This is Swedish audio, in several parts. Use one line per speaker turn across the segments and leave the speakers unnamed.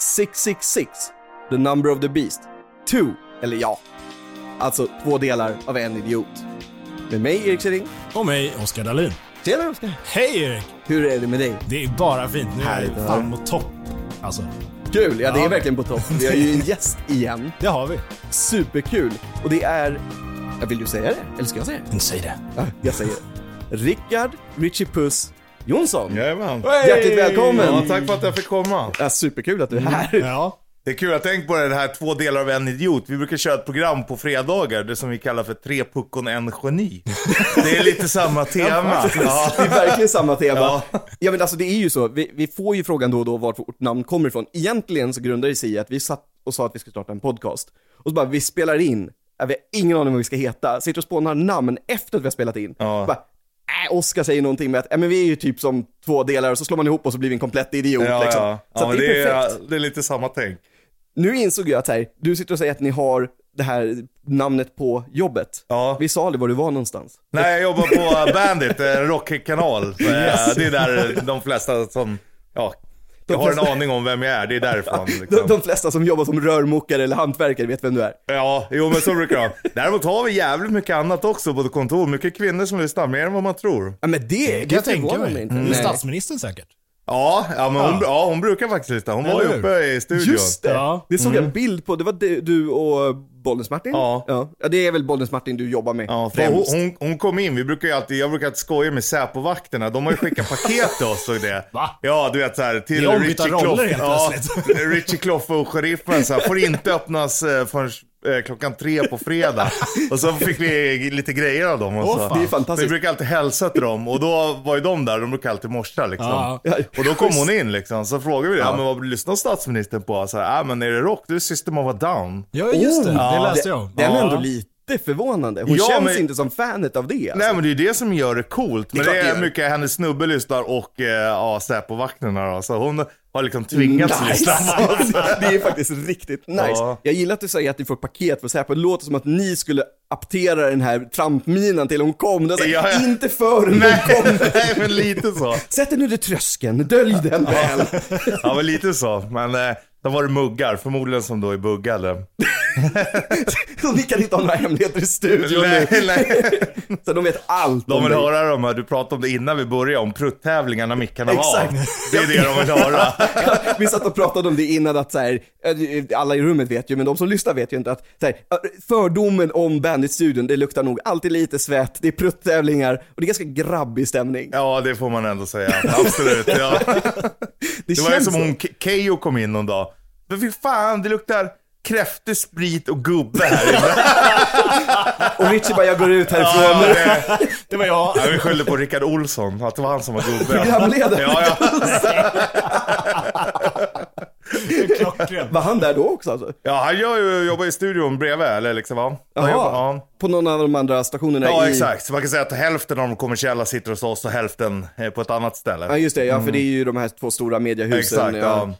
666, The Number of the Beast. Two, eller ja, alltså två delar av en idiot. Med mig, Erik Kjellin.
Och mig, Oskar Dahlin.
Tjena Oskar!
Hej Erik!
Hur är det med dig?
Det är bara fint. Nu är
Härligt att
det
höra.
fan på topp. Alltså,
Kul! Ja, det är
Ja.
verkligen på topp. Vi har ju en gäst igen.
det har vi.
Superkul! Och det är... Jag vill du säga det? Eller ska jag säga det?
Men Säg det.
Ja, jag säger det. Rickard Richie Puss Jonsson!
Jajamän.
Hjärtligt välkommen!
Ja, tack för att jag fick komma.
Ja, superkul att du är här!
Ja.
Det är kul, jag tänkt på det här två delar av en idiot. Vi brukar köra ett program på fredagar, det som vi kallar för tre puckon, en geni. Det är lite samma tema. Ja.
Det är verkligen samma tema. Ja.
Ja.
men alltså det är ju så, vi, vi får ju frågan då och då vart vårt namn kommer ifrån. Egentligen så grundar det sig i att vi satt och sa att vi skulle starta en podcast. Och så bara, vi spelar in, Ja, vi har ingen aning vad vi ska heta, sitter och spånar namn efter att vi har spelat in.
Ja.
Bara, äh, Oskar säger någonting med att, äh, men vi är ju typ som två delar och så slår man ihop och så blir vi en komplett idiot
Ja,
liksom.
ja.
Så
ja
att
men
det är perfekt.
det är lite samma tänk.
Nu insåg jag att så här, du sitter och säger att ni har det här namnet på jobbet.
Ja.
Vi sa aldrig var du var någonstans.
Nej, jag jobbar på Bandit, en rockkanal. Så, eh, Det är där de flesta som, ja, jag har en aning om vem jag är, det är därifrån.
De,
Liksom.
de flesta som jobbar som rörmokare eller hantverkare vet vem du är.
Ja, jo men så brukar de. Däremot har vi jävligt mycket annat också på vårt kontor. Mycket kvinnor som lyssnar, mer än vad man tror.
Ja men det, det,
Det kan jag tänka
förvånar mig
mig.
inte.
Mm.
Nej.
Statsministern säkert.
Ja, ja, men Hon, ja, hon brukar faktiskt lyssna. Hon var ju
Eller hur?
uppe i studion.
Just det,
Ja.
det såg jag en bild på. Det var du- du och Bollnäs-Martin?
Ja.
ja. Ja, det är väl Bollnäs-Martin du jobbar med
Ja, för hon,
främst.
hon, hon kom in, vi brukar ju alltid, jag brukar alltid skoja med Säpo-vakterna, de har ju skickat paket till oss och det.
Va?
Ja, du vet såhär, till
Det är ombytta
Richie Kloff.
roller helt
ja,
plötsligt.
Richie Kloff och sheriffen så här, får inte öppnas eh, förrän eh, klockan tre på fredag. Och så fick vi lite grejer av dem. Och
Åh,
så.
fan. Det är
fantastiskt.
Vi brukar alltid hälsa till dem och då var ju de där, de brukar alltid morsa liksom.
Ja.
Och då kom hon in liksom, så frågade vi det, ja. men vad lyssnar statsministern på? Så här, ah, men är det rock? Du är System of a Down.
Ja, just det.
Oh,
Det läste
det-
jag om.
Den är
Ja.
ändå lite förvånande. Hon
Ja,
känns
men-
inte som fanet av det. Alltså.
Nej men det är ju det som gör det coolt. Men
Det är
det,
klart det
är
gör.
mycket hennes snubbe lyssnar och eh, ja, Säpo-vakterna då. Så hon har liksom tvingats
Nice!
lyssna.
det är faktiskt riktigt nice.
Ja.
Jag gillar att du säger att ni får paket för Säpo. Det låter som att ni skulle aptera den här trampminan till hon kom. Det är så här,
Ja, ja.
Inte förrän hon kom.
Nej, nej men lite så.
Sätt den under tröskeln, dölj den väl.
Ja men lite så. Men eh, då var det muggar, förmodligen som då är buggade.
Så ni kan inte ha några hemligheter i studion nu.
Nej, nej.
Så de vet allt
De
om
vill
dig.
höra de här, du pratade om det innan vi började, om pruttävlingarna mickarna var.
Exakt.
Det är det de vill höra.
Vi satt och pratade om det innan att så här, eh, alla i rummet vet ju, men de som lyssnar vet ju inte att så här, eh, fördomen om Bandit-studion, det luktar nog alltid lite svett, det är pruttävlingar och det är ganska grabbig stämning.
Ja det får man ändå säga, absolut. Ja. Det var ju
känns
som
så.
hon, Ke- Keyyo kom in någon dag. Men fy fan, det luktar kräftor, sprit och gubbe här inne.
Och Richie bara, jag går ut härifrån.
Ja, ja, det,
Det var jag.
ja, vi skyllde på Rickard Olsson, att det var han som var gubbe.
Programledare.
Ja, ja.
Klockren.
Var han där då också alltså?
ja, han gör ju, jobbar i studion bredvid, eller liksom va? Han jobbar- Ja.
På någon av de andra stationerna
ja,
i...
exakt. Så man kan säga att hälften av de kommersiella sitter hos oss och hälften eh, på ett annat
Ja
ställe.
just det, ja för det är ju de här två stora mediehusen.
Mm. Exakt, ja.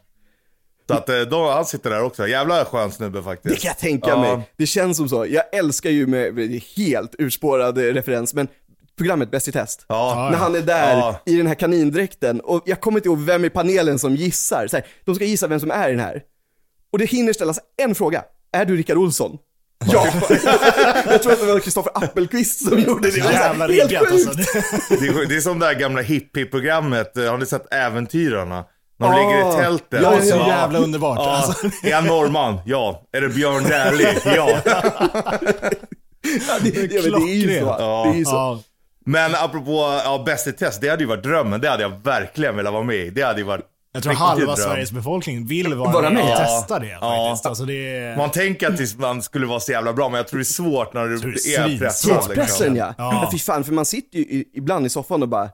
Så att eh, då, han sitter där också. Jävla skön snubbe faktiskt.
Det kan jag tänka
Ja.
mig. Det känns som så. Jag älskar ju med, med helt urspårad eh, referens, men programmet Bäst i test.
Ja.
När han är där
Ja.
i den här kanindräkten och jag kommer inte ihåg vem i panelen som gissar. Så här, de ska gissa vem som är i den här. Och det hinner ställas en fråga. Är du Rickard Olsson? Ja! jag tror att det var Kristoffer Appelqvist som gjorde det.
Jävla
Helt
riggat alltså.
sjukt!
Det är, sjukt. det är som det här gamla hippie-programmet, Eh, har ni sett Äventyrarna? När de
Ah,
ligger i tältet.
ja,
Det är
Och
så
så-
jävla underbart.
Ja.
Alltså,
Är han norrman? Ja. Är det Björn Dählie? Ja.
Ja, det, ja, men det är ju så.
Klockrent.
Det är ju så.
ja.
Men apropå ja, Bäst i test, det hade ju varit drömmen. Det hade jag verkligen velat vara med i. Det hade ju varit
Jag tror
riktigt
halva
dröm.
Sveriges befolkning vill vara,
Vara
med
med.
och
Ja.
testa det faktiskt. Alltså, det är...
Man tänker att tills man skulle vara så jävla bra, men jag tror det är svårt när du
tror det
är,
är svin-
pressad. liksom.
Pressen ja.
Ja.
ja. Fy fan, för man sitter ju i- ibland i soffan och bara,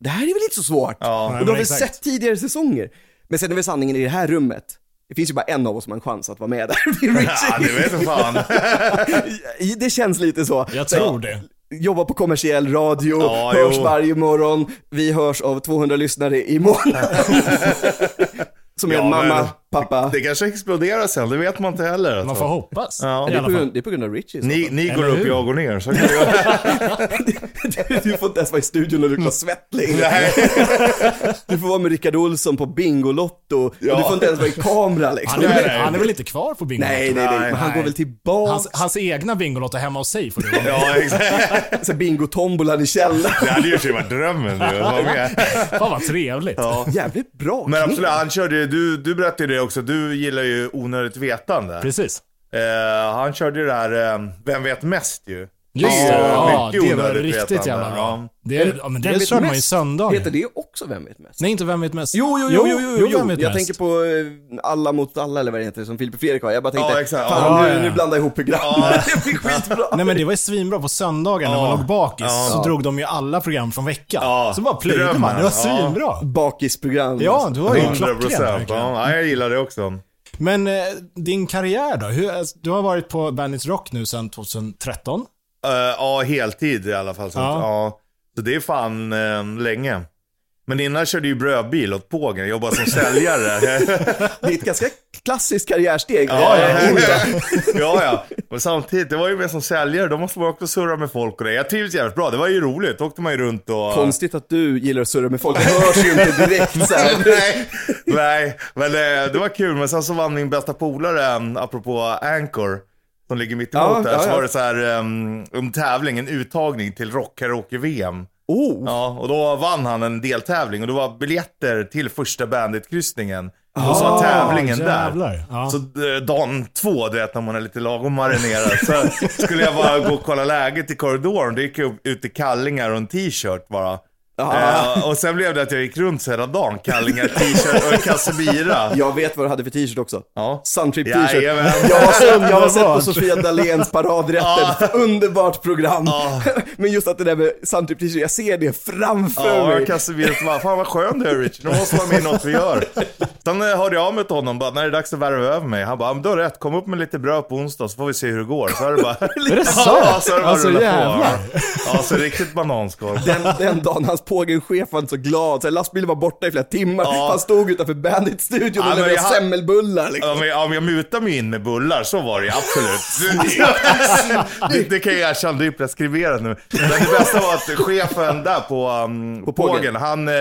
det här är väl inte så svårt?
Ja.
Och du har
men
väl
exakt.
sett tidigare säsonger? Men sen är väl sanningen i det här rummet, det finns ju bara en av oss som har en chans att vara med där. Det är
Ja, det
Richie.
vet jag fan.
I- det känns lite så.
Jag tror det.
Jobba på kommersiell radio,
Ja,
hörs
jo.
varje morgon, vi hörs av 200 lyssnare i månaden. Som är
Ja,
en mamma
men-
pappa.
Det kanske exploderar sen, det vet man inte heller.
Man får hoppas.
Ja.
I
Det är,
alla
på
fall.
grund, det är på grund av Richies.
Ni, ni går
Eller
upp,
hur?
jag går ner. Så kan det vara.
Du får inte ens vara i studion och lukta svett längre.
Nej.
Du får vara med Rickard Olsson på Bingolotto.
Ja.
Och du får inte ens vara i kamera liksom.
Han är,
Nej,
väl,
nej.
han är väl inte kvar på Bingolotto?
Nej, nej, nej.
Nej,
Men han
nej.
går väl tillbaka.
Hans, hans egna Bingolotto hemma hos sig får du vara med.
Ja, exakt.
Så här bingotombolan i källaren.
Det hade ju i och för sig varit drömmen nu, att vara med.
Fan vad trevligt.
Jävligt bra
Men
knep.
absolut, han körde ju, du, du berättade ju det också, du gillar ju onödigt vetande.
Precis.
Eh, han körde ju det här, eh, Vem vet mest ju.
Just
Det är
det,
ju
ja,
mycket
det var
onödigt
riktigt
vetande,
jävla
ja.
bra. Det, är- ja, men det körde man ju söndag.
Heter det också Vem vet mest?
Nej, inte Vem vet mest?
Jo, jo, jo, jo, jo,
Vem
jo.
vet
Jag
mest?
tänker på eh, Alla mot alla eller vad det heter som Filip och Fredrik har. Jag bara tänkte,
Ja, exakt.
fan
Ja,
nu,
ja, ja.
nu blandar jag ihop program. det blir skitbra.
Nej men det var ju svinbra på söndagen när man låg bakis. Så drog de ju alla program från veckan.
Ja.
Så bara plöjde
Drömmen,
man. Det var
ja.
svinbra.
Bakisprogram.
Ja, du var ju
100
klockren.
procent.
verkligen.
Ja, jag gillar det också.
Men eh, din karriär då? Hur, alltså, du har varit på Bandits Rock nu sedan 2013.
Eh, Ja, heltid i alla fall. Så,
Ja.
att, ja. så det är fan eh, länge. Men innan körde jag ju brödbil åt pågen, jobbade som säljare.
Det är ett ganska klassiskt karriärsteg.
Ja, ja,
Eh,
ja. ja, ja. Men samtidigt, det var ju mer som säljare, då måste man också surra med folk och det. Jag trivdes jävligt bra, det var ju roligt. Då åkte man ju runt och...
Konstigt att du gillar att surra med folk. Det hörs ju inte direkt så här.
Nej, nej, men eh, det var kul. Men sen så vann min bästa polare, em, apropå Anchor, som ligger mitt emot
Ja,
där,
ja,
så
ja.
var det så här em, en tävling, en uttagning till rockkaraoke-VM.
Oh,
Ja, och då vann han en deltävling och det var biljetter till första Bandit-kryssningen. Och så var tävlingen där.
Ah, jävlar. Ja.
Så eh, dagen två, du vet när man är lite lagom marinerad, så skulle jag bara gå och kolla läget i korridoren. Då gick jag upp- ut i kallingar och en t-shirt bara.
Ah.
Eh, och sen blev det att jag gick runt så hela dagen, kallingar, t-shirt och en kasse bira.
jag vet vad du hade för t-shirt också.
Ja.
Suntrip t-shirt.
Jajamän.
Jag har, sett, jag har sett på
Underbart.
Sofia Dahléns paradrätter. Underbart program. Men just att det där med Suntrip t-shirt, jag ser det framför
Ja,
mig.
jag kastade bilen och bara, fan vad skön du är Richard, nu måste vara med i något vi gör. Sen eh, hörde jag av mig till honom, bara, när det är dags att värva över mig. Han bara, "Ja, men du har rätt, kom upp med lite bröd på onsdag så får vi se hur det går. Så är det bara...
Är det sant?
Ja, så är det bara
Alltså,
rulla
jävlar.
på. Ja, så riktigt bananskal.
Den, den dagen hans pågenchef var inte så glad, så här, lastbilen var borta i flera timmar. Han stod utanför Bandit-studion
Ja,
och
men
levererade
jag-
semmelbullar. Liksom.
Ja, men, ja, men jag mutade mig in med bullar, så var det ju, absolut. det, det kan jag erkänna, det är preskriberat nu. Men det bästa var att chefen där på, um, på
Pågen.
Pågen, han, eh,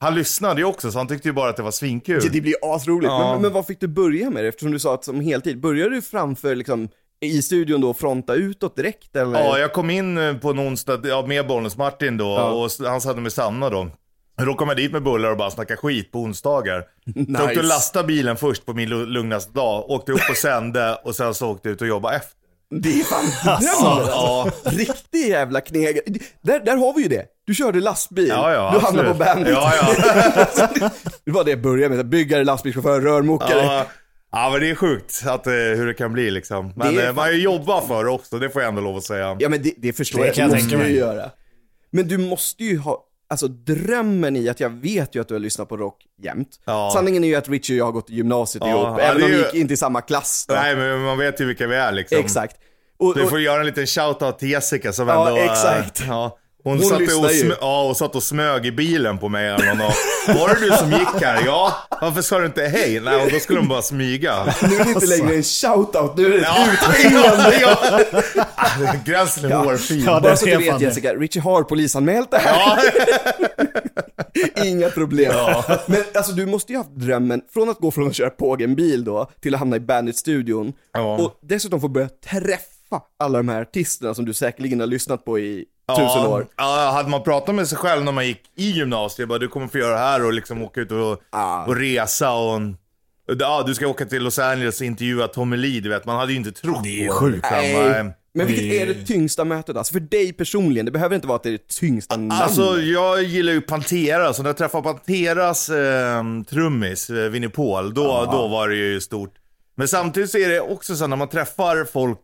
han lyssnade ju också, så han tyckte ju bara att det var svinkul.
Ja, det blir asroligt.
Typ. Ja.
Men, men vad fick du börja med? Eftersom du sa att som heltid, började du framför liksom, i studion då fronta utåt direkt eller?
Ja, jag kom in eh, på en onsdag ja, med Bollnäs-Martin då och s- han hade med Sanna då. Då kom jag dit med bullar och bara snackade skit på onsdagar. Så åkte och lastade bilen först på min lu- lugnaste dag, åkte upp och sände och sen så åkte jag ut och jobbade efter.
Det är fan drömmen alltså. Riktig jävla kneg. Där, där har vi ju det. Du körde lastbil,
Ja, ja,
du hamnade på
absolut.
Bandit.
Ja,
det var det jag började med, byggare, lastbilschaufför, rörmokare.
Ja, ja men det är sjukt att, eh, hur det kan bli liksom. Men
Det är
eh, man har ju jobbat för det också, det får jag ändå lov att säga.
Ja men det, det förstår
Det
jag,
kan
det
jag
måste
tänka
du
mig.
göra. Men du måste ju ha, alltså drömmen i att jag vet ju att du har lyssnat på rock jämt.
Ja.
Sanningen är ju att Richie och jag har gått i gymnasiet
Ja,
ihop,
ja,
även
det
om vi
är ju-
gick inte i samma klass. Då.
Nej, men man vet ju vilka vi är liksom.
Exakt. Och, och,
Du får göra en liten shoutout till Jessica som
Ja,
ändå... eh,
exakt.
Ja,
Hon
hon, satt och
lyssnar ju.
smö- ja, och satt och smög i bilen på mig eller någon dag. Var det du som gick här? Ja. Varför sa du inte hej? Nej, och då skulle hon bara smyga.
nu är det inte längre en shout-out, nu är det ett
Ja, ja. Ah, Gränsen är hårfin.
Ja, det-
Bara så att du
är fan
vet
det.
Jessica, Richie har polisanmält det här.
Ja.
Inga problem. Men alltså du måste ju ha haft drömmen, från att gå från att köra pågenbil då, till att hamna i Bandit-studion.
Ja.
Och dessutom få börja träffa alla de här artisterna som du säkerligen har lyssnat på i tusen år.
Ja, hade man pratat med sig själv när man gick i gymnasiet, bara du kommer få göra det här och liksom åka ut och,
Ja.
och resa och... Ja, du ska åka till Los Angeles och intervjua Tommy Lee, du vet. Man hade ju inte trott Det är sjukt.
Men vilket är det tyngsta mötet? Alltså för dig personligen, det behöver inte vara att det är det tyngsta namnet.
Alltså jag gillar ju Pantera, så när jag träffade Panteras eh, trummis, eh, Vinnie Paul, då, då var det ju stort. Men samtidigt så är det också så här, när man träffar folk,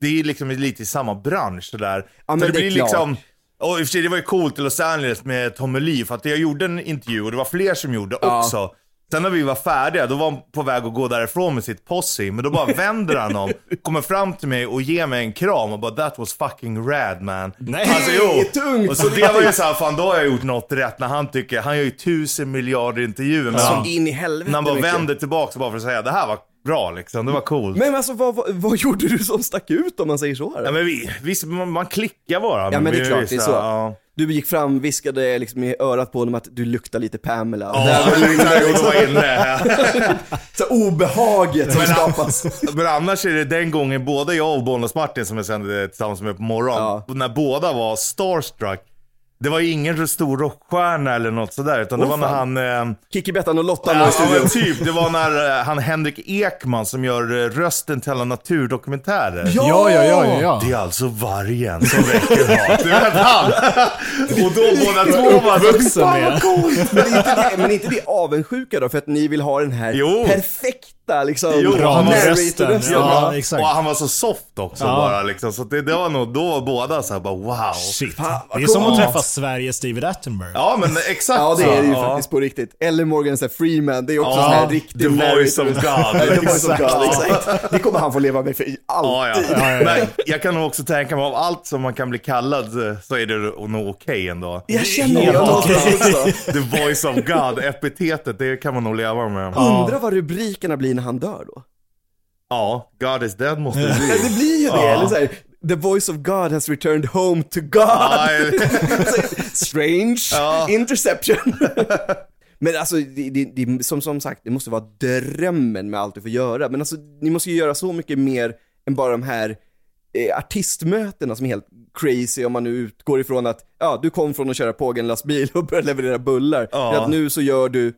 det är liksom lite i samma bransch sådär.
men
så liksom-
det är klart.
och i och för sig, det var ju coolt i Los Angeles med Tommy Lee, för att jag gjorde en intervju och det var fler som gjorde också. Sen när vi var färdiga, då var han på väg att gå därifrån med sitt posse, men då bara vänder han om, kommer fram till mig och ger mig en kram och bara “That was fucking rad man”.
Nej,
alltså, jo.
tungt.
Och så det var ju såhär, fan då har jag gjort något rätt när han tycker, han gör ju tusen miljarder intervjuer, men han,
Så in i helvete
när han bara
mycket.
vänder tillbaka bara för att säga “Det här var bra liksom, det var coolt”.
Men alltså vad, vad, vad gjorde du som stack ut om man säger så? Här?
Ja, men vi, visst, man, man klickar bara.
Ja men det
vi-
är klart,
vi-
det är så.
Ja.
Du gick fram, viskade liksom i örat på honom att du luktar lite Pamela.
Ja,
Där var du
exakt,
inne.
hon var inne.
Så här obehaget som
Men-
skapas.
Men annars är det den gången både jag och Bonus Martin som jag sände tillsammans med på morgonen, när båda var starstruck. Det var ju ingen stor rockstjärna eller något sådär, utan det
Åh,
var när
fan.
han... Eh,
Kiki, Bettan och Lotta nu i
ja,
studion.
men typ, det var när eh, han Henrik Ekman som gör eh, rösten till alla naturdokumentärer.
Ja, ja, ja, ja, ja.
Det är alltså vargen som väcker hat. Du vet han! Och då båda två var
Uppvuxen med.
coolt! Men är inte det, men är inte det avundsjuka då? För att ni vill ha den här
Jo.
perfekta liksom...
Jo, han har
narrator-rösten.
rösten,
Ja.
Ja, exakt.
Och han var så soft också
Ja.
bara liksom. Så det, det var nog då var båda så här bara wow.
Shit.
Fan, vad
Det är som att
coolt.
träffa Sveriges David Attenborough.
Ja men exakt
ja, det är det ju
så.
faktiskt på riktigt. Eller Morgan så här, Freeman, det är också
Ja.
sån här riktig
The voice
narrator-
of God.
Nej, The voice of
Exakt.
God, exakt. Det kommer han få leva med för i
Ja,
allt.
ja.
Ja, ja.
Men jag kan nog också tänka mig av allt som man kan bli kallad eh, så är det nog okej ändå.
Jag känner det
Helt
någonstans också.
The voice of God, epitetet, det kan man nog leva med.
Undrar vad rubrikerna blir när han dör då?
Ja, God is dead måste det
Ja,
bli.
det blir ju det, eller så här, The voice of God has returned home to God.
Ja, eller-
Så här, Strange, interception. Men alltså, det, det, det, som, som sagt, det måste vara drömmen med allt du får göra. Men alltså, ni måste ju göra så mycket mer än bara de här eh, artistmötena som är helt crazy om man nu utgår ifrån att, ja, du kom från att köra pågenlastbil och började leverera bullar.
Ja.
Till att nu så gör du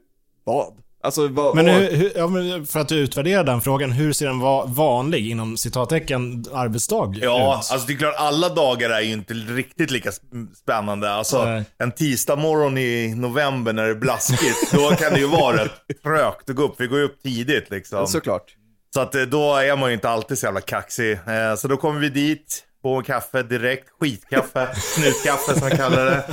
vad? Alltså, vad?
Men, hur, hur, ja, men för att utvärdera den frågan, hur ser en va vanlig, inom citattecken, arbetsdag
Ja,
ut?
alltså det är klart alla dagar är ju inte riktigt lika sp- spännande. Alltså
Nej.
en tisdag morgon i november när det är blaskigt, då kan det ju vara rätt trögt att gå upp. Vi går ju upp tidigt liksom.
Såklart.
Så att eh, då är man ju inte alltid så jävla kaxig. Eh, Så då kommer vi dit, på en kaffe direkt, skitkaffe, snutkaffe som man kallar det.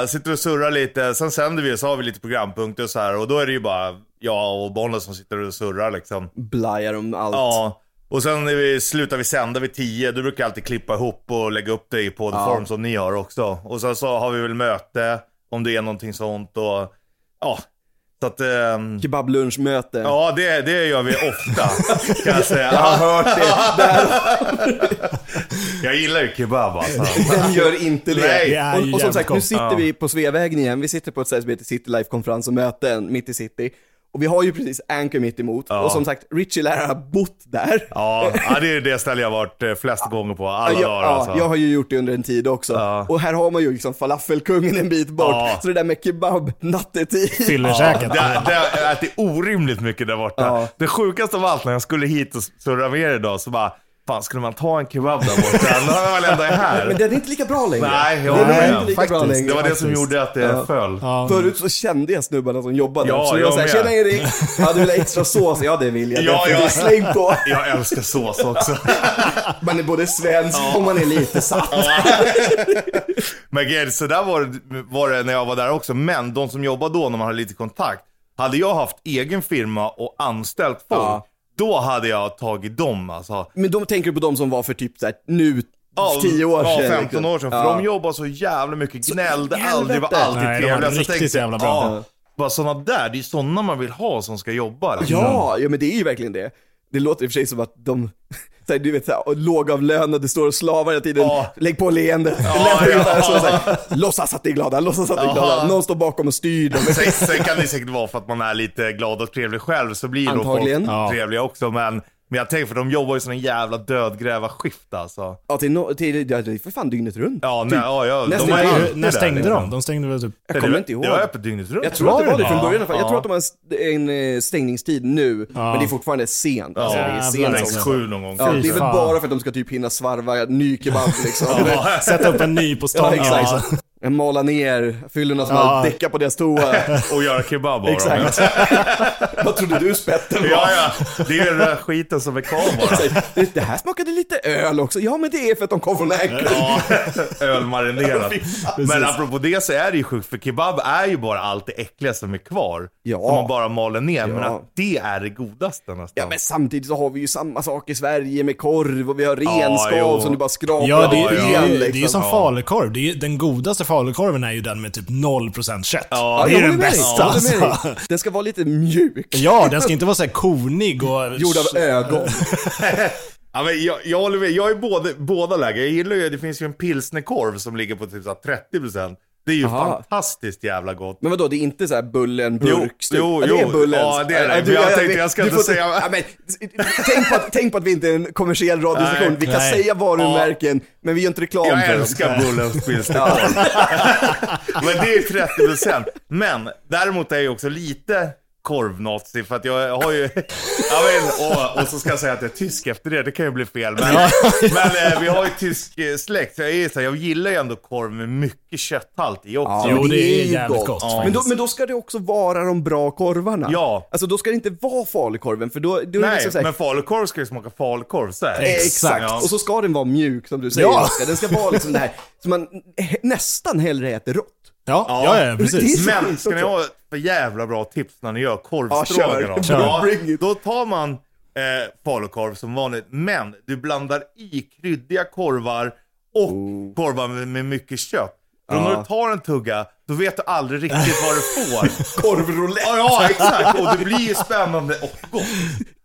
Eh, Sitter och surrar lite, sen sänder vi och så har vi lite programpunkter och så här. Och då är det ju bara jag och Bonnie som sitter och surrar liksom.
Blajar om allt.
Ja. Och sen när vi, slutar vi sända vid 10. Du brukar alltid klippa ihop och lägga upp det i poddform som ni gör också. Och sen så har vi väl möte om det är någonting sånt och ja. Så att, ehm,
Kebablunchmöten.
ja det, det gör vi ofta kan jag säga.
Jag har hört det. det här,
Jag gillar ju kebab alltså.
vem gör inte det?
Nej, det
är
och, och som
jävligt
sagt, nu
gott.
sitter
Ja.
vi på Sveavägen igen. Vi sitter på ett ställe som heter City Life konferens och möten mitt i city. Och vi har ju precis Anchor mitt emot. Och som sagt, Richie lär ha bott där.
Ja, ja, det är det ställe jag har varit eh, flest gånger på. Alla
jag,
dagar alltså.
ja, jag har ju gjort det under en tid också. Och här har man ju liksom falafelkungen en bit bort.
Ja.
Så det där med kebab nattetid.
Fyllersäkert.
Det, det, jag äter orimligt mycket där borta.
Ja.
Det sjukaste av allt när jag skulle hit och surra med er idag så bara, fan skulle man ta en kebab där borta? Nu har jag väl ändå är
Men
här.
den är inte lika bra längre.
Nej, jag
den
håller
är
med.
inte lika bra
Faktiskt.
längre.
Det var det som
faktiskt.
gjorde att det föll.
Ja.
Förut så kände jag snubbarna som jobbade
Ja,
så jag,
jag
var såhär, tjena
med.
Erik, ja, du vill ha extra sås? Ja det vill jag,
Ja,
ja,
ja.
släng på.
Jag älskar sås också.
Man är både svensk och man är lite satt.
Men grejen, så där var det, var det när jag var där också. Men de som jobbade då, när man hade lite kontakt. Hade jag haft egen firma och anställt folk,
Ja.
då hade jag tagit dem alltså.
Men de tänker du på de som var för typ såhär nu,
Ja,
10 år
ja,
sedan.
15
liksom.
år sedan. För de jobbar så jävla mycket, gnällde
helvete.
aldrig, var alltid
Nej, de var
trevliga. Så jag
riktigt
tänkte,
jävla bra.
Ja, bara sådana där, det är sådana man vill ha som ska jobba. liksom.
Ja, ja men det är ju verkligen det. Det låter i och för sig som att de, såhär, du vet såhär, lågavlönade står och slavar hela tiden.
Ja.
Lägg på leendet, lämna ut det här så, såhär, låtsas att ni är glada, låtsas att ni är glada. Någon står bakom och styr dem.
Sen, sen kan det säkert vara för att man är lite glad och trevlig själv, så blir då folk
Antagligen.
Ja.
trevliga också. Men, men jag tänker, för de jobbar ju som en jävla dödgrävarskift alltså.
Ja, till, no, till, ja, det är för fan dygnet runt.
Ja, nej, ja, ja,
Nästan
har ju
inte-
alltid
När
det
stängde
där,
de? De stängde väl typ...
Jag kommer inte ihåg.
Det var öppet dygnet runt.
Jag tror att det var det från början i alla fall. Jag
Ja.
tror att de har en, st- en eh, stängningstid nu, men det är fortfarande sent. Alltså, det är
Jävlar.
sent
Längs
som-
sju någon gång.
Ja, det är väl
fan.
bara för att de ska typ hinna svarva ny kebab liksom.
Sätta upp en ny på stan.
Ja, exakt. Mala ner fyllorna som hade däckat på deras toa.
Och göra kebab av dem.
Exakt. Vad trodde du spetten var?
Ja, ja. Det är ju den där skiten som är kvar bara.
Det här smakade lite öl också. Ja, men det är för att de kom från Anchorage.
Ja, ölmarinerat. Men apropå det så är det ju sjukt, för kebab är ju bara allt det äckliga som är kvar.
Ja.
Som man bara maler ner, men
Ja.
att det är det godaste nästan.
Ja, men samtidigt så har vi ju samma sak i Sverige med korv och vi har
Ja,
renskav
jo.
som du bara skrapar
Ja, det,
av
är- det,
ben,
är ju-
liksom.
det är ju som falukorv. Det är, ju- den godaste falukorven är ju den med typ 0% kött.
Ja,
det är
jag
den
håller med dig.
bästa.
Jag håller med dig.
alltså.
Den ska vara lite mjuk.
Ja, den ska inte vara så här konig och...
Gjord av ögon.
Ja, men jag, jag håller med. Jag är både, båda läger. Jag gillar ju, det finns ju en pilsnerkorv som ligger på typ så här 30%. Det är ju
Aha.
fantastiskt jävla gott.
Men vadå, det är inte så här bullen, burk, stup?
jo,
ja, det
jo.
är bullen.
Ja, det är det. Men jag tänkte, jag ska
du
inte
får
säga-
Ja, men, tänk, på att, tänk på att vi inte är en kommersiell radiostation.
Nej,
Vi kan
nej.
säga varumärken, men vi gör inte reklam
Jag
för dem.
älskar Bullens pilsnerkorv. Men det är ju 30 procent. Men däremot är jag ju också lite korvnazi för att jag har ju... Jag vet, och, och så ska jag säga att jag är tysk efter det, det kan ju bli fel. Men, men eh, vi har ju tysk eh, släkt, så jag, är, ju så här, jag gillar ju ändå korv med mycket kötthalt i också.
Jo,
men
det är jävligt gott,
men, då,
faktiskt.
men då ska det också vara de bra korvarna.
Ja.
Alltså då ska det inte vara falukorven, för då, då är det
Nej,
liksom såhär,
men falukorv ska ju smaka falukorv så här.
Exakt.
Exakt,
Ja.
och så ska den vara mjuk som du säger
Ja.
Oskar. Den ska vara liksom det här, som man he- nästan hellre äter rått.
Ja, ja, ja, precis.
Det är så
Men
sjukt
ska ni
också.
ha ett för jävla bra tips när ni gör
Ja,
korvstroganoff?
kör. Bring it.
då tar man eh, falukorv som vanligt, men du blandar i kryddiga korvar och
Oh.
korvar med, med mycket kött. För när du tar en tugga, då vet du aldrig riktigt vad du får.
Korvroulette.
Ja, ja, exakt. Och det blir ju spännande och gott.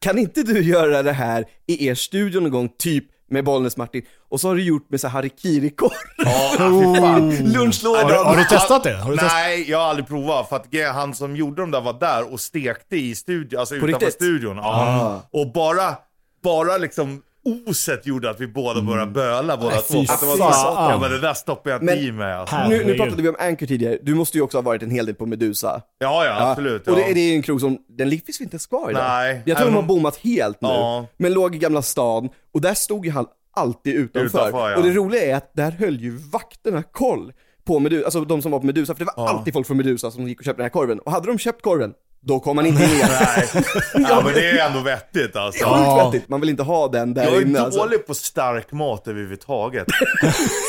Kan inte du göra det här i er studio någon gång, typ med Bollnäs Martin, och så har du gjort med så här harikirikorv.
Ja, fy fan.
Lunchlådan.
Har Oh. du, har du testat det? Har du testat?
Nej, jag har aldrig provat. För att grejen är, han som gjorde dem där var där och stekte i studion, alltså utanför
riktigt?
studion. Ja.
Ah.
Och bara, bara liksom oset gjorde att vi båda började böla båda två.
Mm. fy
För att det var
fan.
så, ja, men det där stoppar jag inte
Men-
i mig. Alltså.
Här.
Nu, nu
Herregud.
pratade vi om Anchor tidigare, du måste ju också ha varit en hel del på Medusa.
Ja, ja, absolut. Ja.
Och det, det är ju en krog som, den li- finns ju inte ens kvar idag.
Nej.
Jag tror
Även
de har
om-
bommat helt nu.
Ja.
Men låg i Gamla stan, och där stod ju han alltid utanför.
Utanför, ja.
Och det roliga är att där höll ju vakterna koll på Medusa, alltså de som var på Medusa, för det var alltid folk från Medusa som gick och köpte den här korven. Och hade de köpt korven, då kom man inte in igen.
Nej. Ja, men det är ändå vettigt alltså.
Sjukt vettigt, man vill inte ha den där
Jag är
inne
dålig
alltså.
på stark mat överhuvudtaget.
Är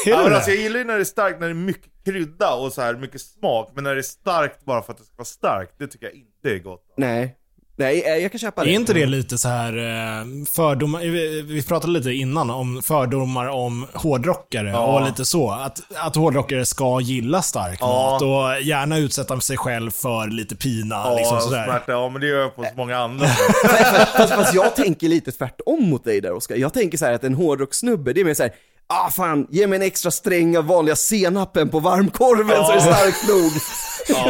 ja,
du
men
det?
alltså, jag gillar ju när det är starkt, när det är mycket krydda och så här mycket smak. Men när det är starkt bara för att det ska vara starkt, det tycker jag inte är gott.
Nej. Nej, eh, jag kan köpa
Är
det.
inte det lite så här eh, fördomar, vi- vi pratade lite innan om fördomar om hårdrockare och lite så. Att, att hårdrockare ska gilla stark mat och gärna utsätta sig själv för lite pina.
Ja,
liksom sådär.
smärta, ja men det gör jag på så många andra.
Fast, fast jag tänker lite tvärtom mot dig där Oskar. Jag tänker så här att en hårdrockssnubbe, det är mer så här, ah fan, ge mig en extra sträng av vanliga senapen på varmkorven så är det starkt nog.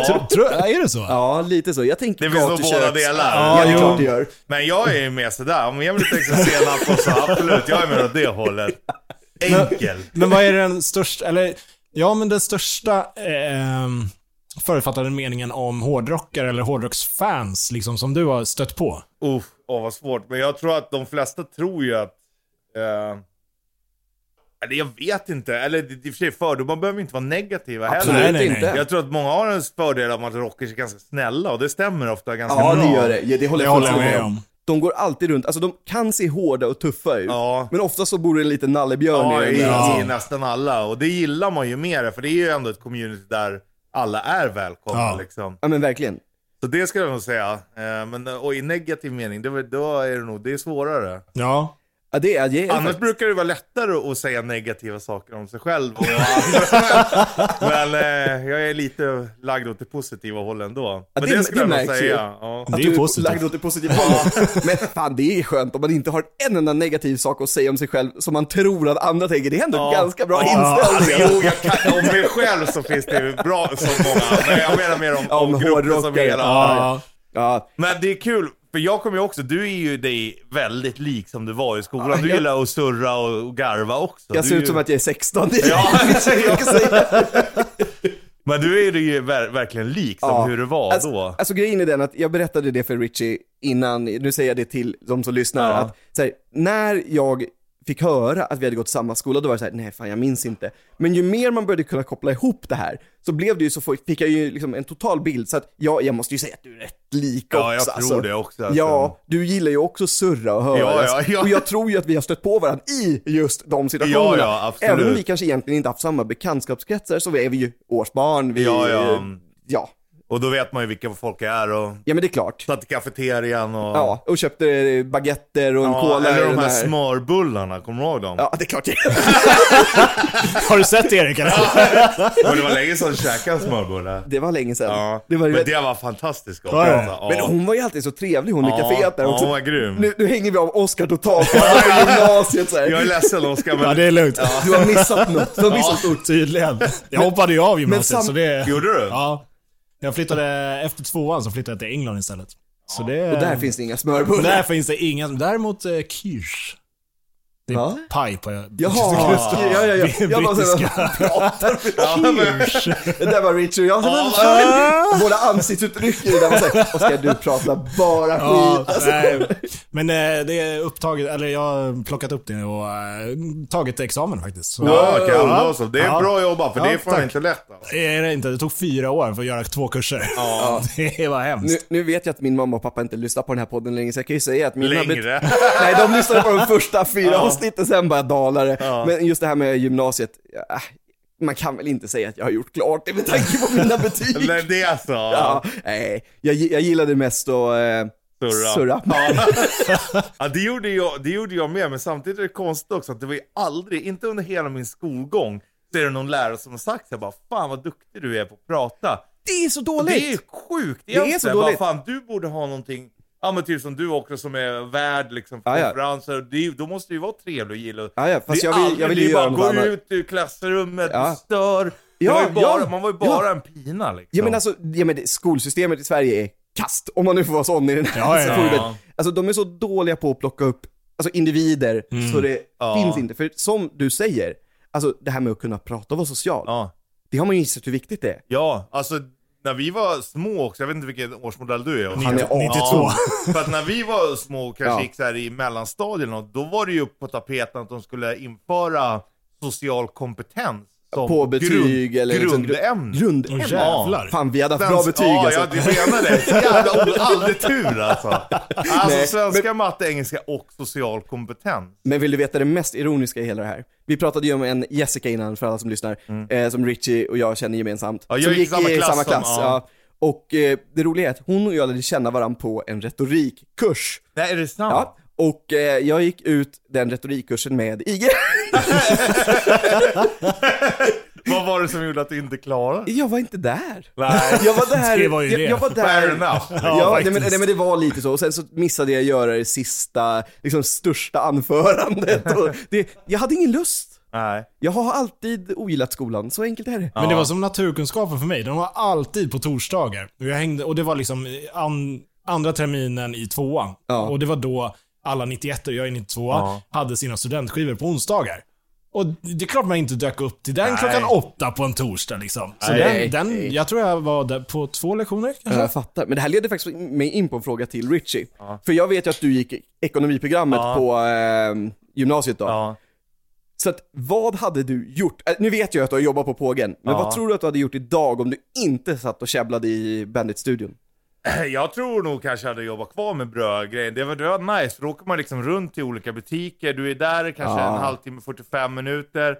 Tror- Tror, är det så?
Ja, lite så. Jag tänker
Det finns nog
gatuköks-
båda delar.
Ja, det är
jo.
klart det gör.
Men jag är ju med sådär, om jag vill liksom lite extra senap och så, absolut, jag är med åt det hållet. Enkel.
Men vad är den största, eller ja men den största eh, förutfattade meningen om hårdrockare eller hårdrocksfans liksom som du har stött på?
Uff, åh vad svårt. Men jag tror att de flesta tror ju att... Eh, eller jag vet inte, eller det- i och för sig fördomar behöver inte vara negativa
Absolut
heller.
nej, nej.
inte.
Jag tror att många har en fördel om att rockers är ganska snälla och det stämmer ofta ganska
Ja,
bra.
det gör det. Ja, det håller
Det
jag
håller jag
fullständigt
med
med om.
om.
De går alltid runt, alltså de kan se hårda och tuffa ut.
Ja.
Men ofta så bor det en liten nallebjörn
Ja,
i
i,
den där.
i nästan alla. Och det gillar man ju mer, för det är ju ändå ett community där alla är välkomna
Ja.
liksom.
Ja men verkligen.
Så det skulle jag nog säga. Eh, Men, och i negativ mening, det, var- då är det nog det är svårare.
Ja.
Ja, det är, det är
Annars brukar det vara lättare att säga negativa saker om sig själv och andra. Men eh, jag är lite lagd åt det positiva hållet ändå. Men
det-
det, skulle
det
jag nog
märks ju.
säga. Ja.
Det är
Att du
ju positivt.
Lagd åt det positiva hållet. Men fan det är skönt om man inte har en enda negativ sak att säga om sig själv som man tror att andra tänker. Det är ändå en ganska bra
Alltså,
inställning.
jo, jag kan, om mig själv så finns det ju bra så många. Men jag menar mer om, om,
Om
gruppen som
hårdrockare.
hela.
Ja.
Ja,
Men det är kul, för jag kommer ju också, du är ju dig väldigt lik som du var i skolan.
Ja,
du
jag-
gillar att surra och och garva också.
jag
du
ser
är
ut
ju...
som att jag är 16. Det är
Ja,
jag kan säga.
Men du är ju ver- verkligen lik som liksom hur det var
alltså,
då.
Alltså grejen är den att jag berättade det för Richie innan, nu säger jag det till de som lyssnar,
Ja.
att så här, när jag fick höra att vi hade gått samma skola, då var det så här, nej fan jag minns inte. Men ju mer man började kunna koppla ihop det här, så blev det ju så, fick jag ju liksom en total bild, så att ja, jag måste ju säga att du är rätt lik
Ja, jag
också.
tror det också, alltså.
Ja, du gillar ju också surra och höra.
Ja, ja, ja.
Och jag tror ju att vi har stött på varandra i just de situationerna.
Ja, ja, absolut.
Även om vi kanske egentligen inte haft samma bekantskapskretsar, så är vi ju årsbarn, vi...
Ja, ja.
ja.
Och då vet man ju vilka folk är och
Ja, men det är klart.
satt i kafeterian och...
Ja, och köpte eh, baguetter och en
Ja,
cola. i
eller de
den
här smörbullarna, kommer du ihåg dem?
Ja, det är klart.
Har du sett Erik eller?
Och det var länge sedan jag käkade smörbullar.
Det var länge sedan.
Ja.
Det var,
men det var fantastiskt gott.
Var det?
alltså. Ja.
Men hon var ju alltid så trevlig hon i
Ja,
kaféet där
ja,
också.
hon var grym.
Nu, nu hänger vi av Oscar totalt, på gymnasiet så här.
Jag är ledsen Oskar,
Ja,
men
det är lugnt.
Du har missat något. Du har missat något.
Tydligen. Jag hoppade ju av gymnasiet,
sam-
så det...
gjorde du?
Ja. Jag flyttade, efter tvåan så flyttade jag till England istället. Så det...
Och där finns det inga smörbullar.
Där finns det inga, däremot eh, kirsch. Det är
Va?
paj på Jaha,
Jaha, ja, ja, ja. Jag bara så här,
brittiska.
vad pratar vi om?
Kirsch.
Det där var Richard och jag. Så
Ja,
där, våra ansiktsuttryck i det där var såhär, Oskar du pratar bara
Ja,
skit. Alltså,
nej. Men eh, det är upptaget, eller jag har plockat upp det och eh, tagit examen faktiskt. Så.
Ja, okej, ja, då så. Det är
Ja.
bra jobbat, för
Ja,
det är fan
tack.
inte lätt. Alltså.
Det är det inte. Det tog fyra år för att göra två kurser. Det var hemskt.
nu, nu vet jag att min mamma och pappa inte lyssnar på den här podden längre, så jag kan ju säga att mina
Längre.
Nej, de lyssnade på de första fyra avsnitten, sen bara dalare. Men just det här med gymnasiet, äh, man kan väl inte säga att jag har gjort klart det med tanke på mina betyg.
Eller det är alltså- så.
Ja, nej, jag, gi- jag gillade mest att eh,
Surra.
surra.
Ja, det, gjorde jag, det gjorde jag med, men samtidigt är det konstigt också att det var ju aldrig, inte under hela min skolgång, så är det någon lärare som har sagt jag bara fan vad duktig du är på att prata.
Det är så
Och
dåligt!
det är ju sjukt
är så
egentligen. Bara,
dåligt.
Fan, du borde ha någonting, ja men typ som du också som är värd liksom för
Ja, ja.
konferenser. Det är, ju- då måste du ju vara trevlig och gilla.
Ja, ja, fast
Det är
jag vill- jag
aldrig-
vill
det är
ju göra något
bara, gå
annat.
ut ur klassrummet,
Ja.
du stör.
Ja,
Ja, var ju bara,
ja,
man var ju bara en pina liksom.
Ja men alltså, ja, men det, skolsystemet i Sverige är kast, om man nu får vara sån i den här
Ja, ja,
situationen.
ja.
Alltså de är så dåliga på att plocka upp alltså, individer
Mm.
så det
Ja.
finns inte. För som du säger, alltså det här med att kunna prata och vara social,
ja.
det har man ju insett hur viktigt det är.
Ja, alltså när vi var små också, jag vet inte vilken årsmodell du är.
Han är
92.
Ja, för att när vi var små och kanske
Ja.
gick så här i mellanstadiet eller något, då var det ju på tapeten att de skulle införa social kompetens som
På betyg
grund,
eller liksom gru-
grundämne.
Grundämne.
Åh, jävlar.
Fan vi hade haft
Svensk-
bra betyg
ja,
alltså.
Ja, du menar det. Så Jävla o- aldrig tur alltså. Alltså
Nej,
svenska, matte, engelska och social kompetens.
Men vill du veta det mest ironiska i hela det här? Vi pratade ju om en Jessica innan för alla som lyssnar, eh, som Richie och jag känner gemensamt.
Mm. Ja, jag
som
gick i samma klass
samma
som-
klass.
ja.
ja. Och eh, det roliga är att hon och jag lärde känna varandra på en retorikkurs.
Nej, är det sant?
Ja. Och eh, jag gick ut den retorikkursen med IG.
Vad var det som gjorde att du inte klarade
Jag var inte där.
Nej.
Jag var där.
Det var ju
jag,
det.
jag var där.
Fair enough.
Ja,
Ja,
nej, men,
faktiskt.
nej, men det var lite så. Och sen så missade jag göra det sista, liksom största anförandet. Och det, jag hade ingen lust.
Nej.
Jag har alltid ogillat skolan, så enkelt är det.
Men det var som naturkunskapen för mig. Den var alltid på torsdagar. Och, jag hängde, och det var liksom i an, andra terminen i tvåan.
Ja.
Och det var då alla 91 och jag är 92
Ja.
hade sina studentskivor på onsdagar. Och det är klart man inte dök upp till den
Nej.
klockan åtta på en torsdag liksom. Så
Nej.
den, den, jag tror jag var där på två lektioner kanske.
Jag fattar. Men det här leder faktiskt mig in på en fråga till Richie. För jag vet ju att du gick ekonomiprogrammet på eh, gymnasiet då.
Ja.
Så att, vad hade du gjort? Äh, nu vet jag att du har jobbat på Pågen, men
Ja.
vad tror du att du hade gjort idag om du inte satt och käbblade i Bandit-studion?
Jag tror nog kanske jag hade jobbat kvar med brödgrejen. Det var, det var nice, för då åker man liksom runt till olika butiker. Du är där kanske
Ja.
en halvtimme, 45 minuter.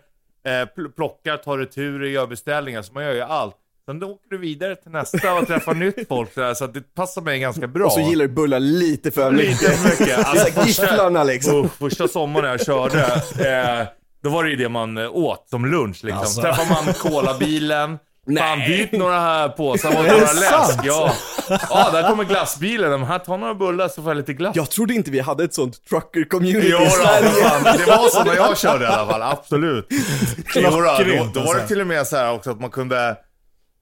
Eh, pl- plockar, tar returer, gör beställningar. Så man gör ju allt. Sen då åker du vidare till nästa och träffar nytt folk. Så, här, så att det passar mig ganska bra.
Och så gillar du bullar lite för mycket.
Lite för mycket. Alltså,
Lite gifflarna liksom.
Uff, första sommaren jag körde, eh, då var det ju det man eh, åt som lunch liksom.
Alltså.
Träffar man kolabilen, fan
Nej.
byt några här påsar mot
det
några läsk.
sant?
Ja. ja, där kommer glassbilen. Men Här, ta några bullar så får jag lite glass.
Jag trodde inte vi hade ett sånt trucker-community
Jo,
i
då,
Sverige.
fan, det var så när jag körde i alla fall, absolut. Jo, då, då,
Klockrent,
då var det
alltså.
till och med så här också att man kunde,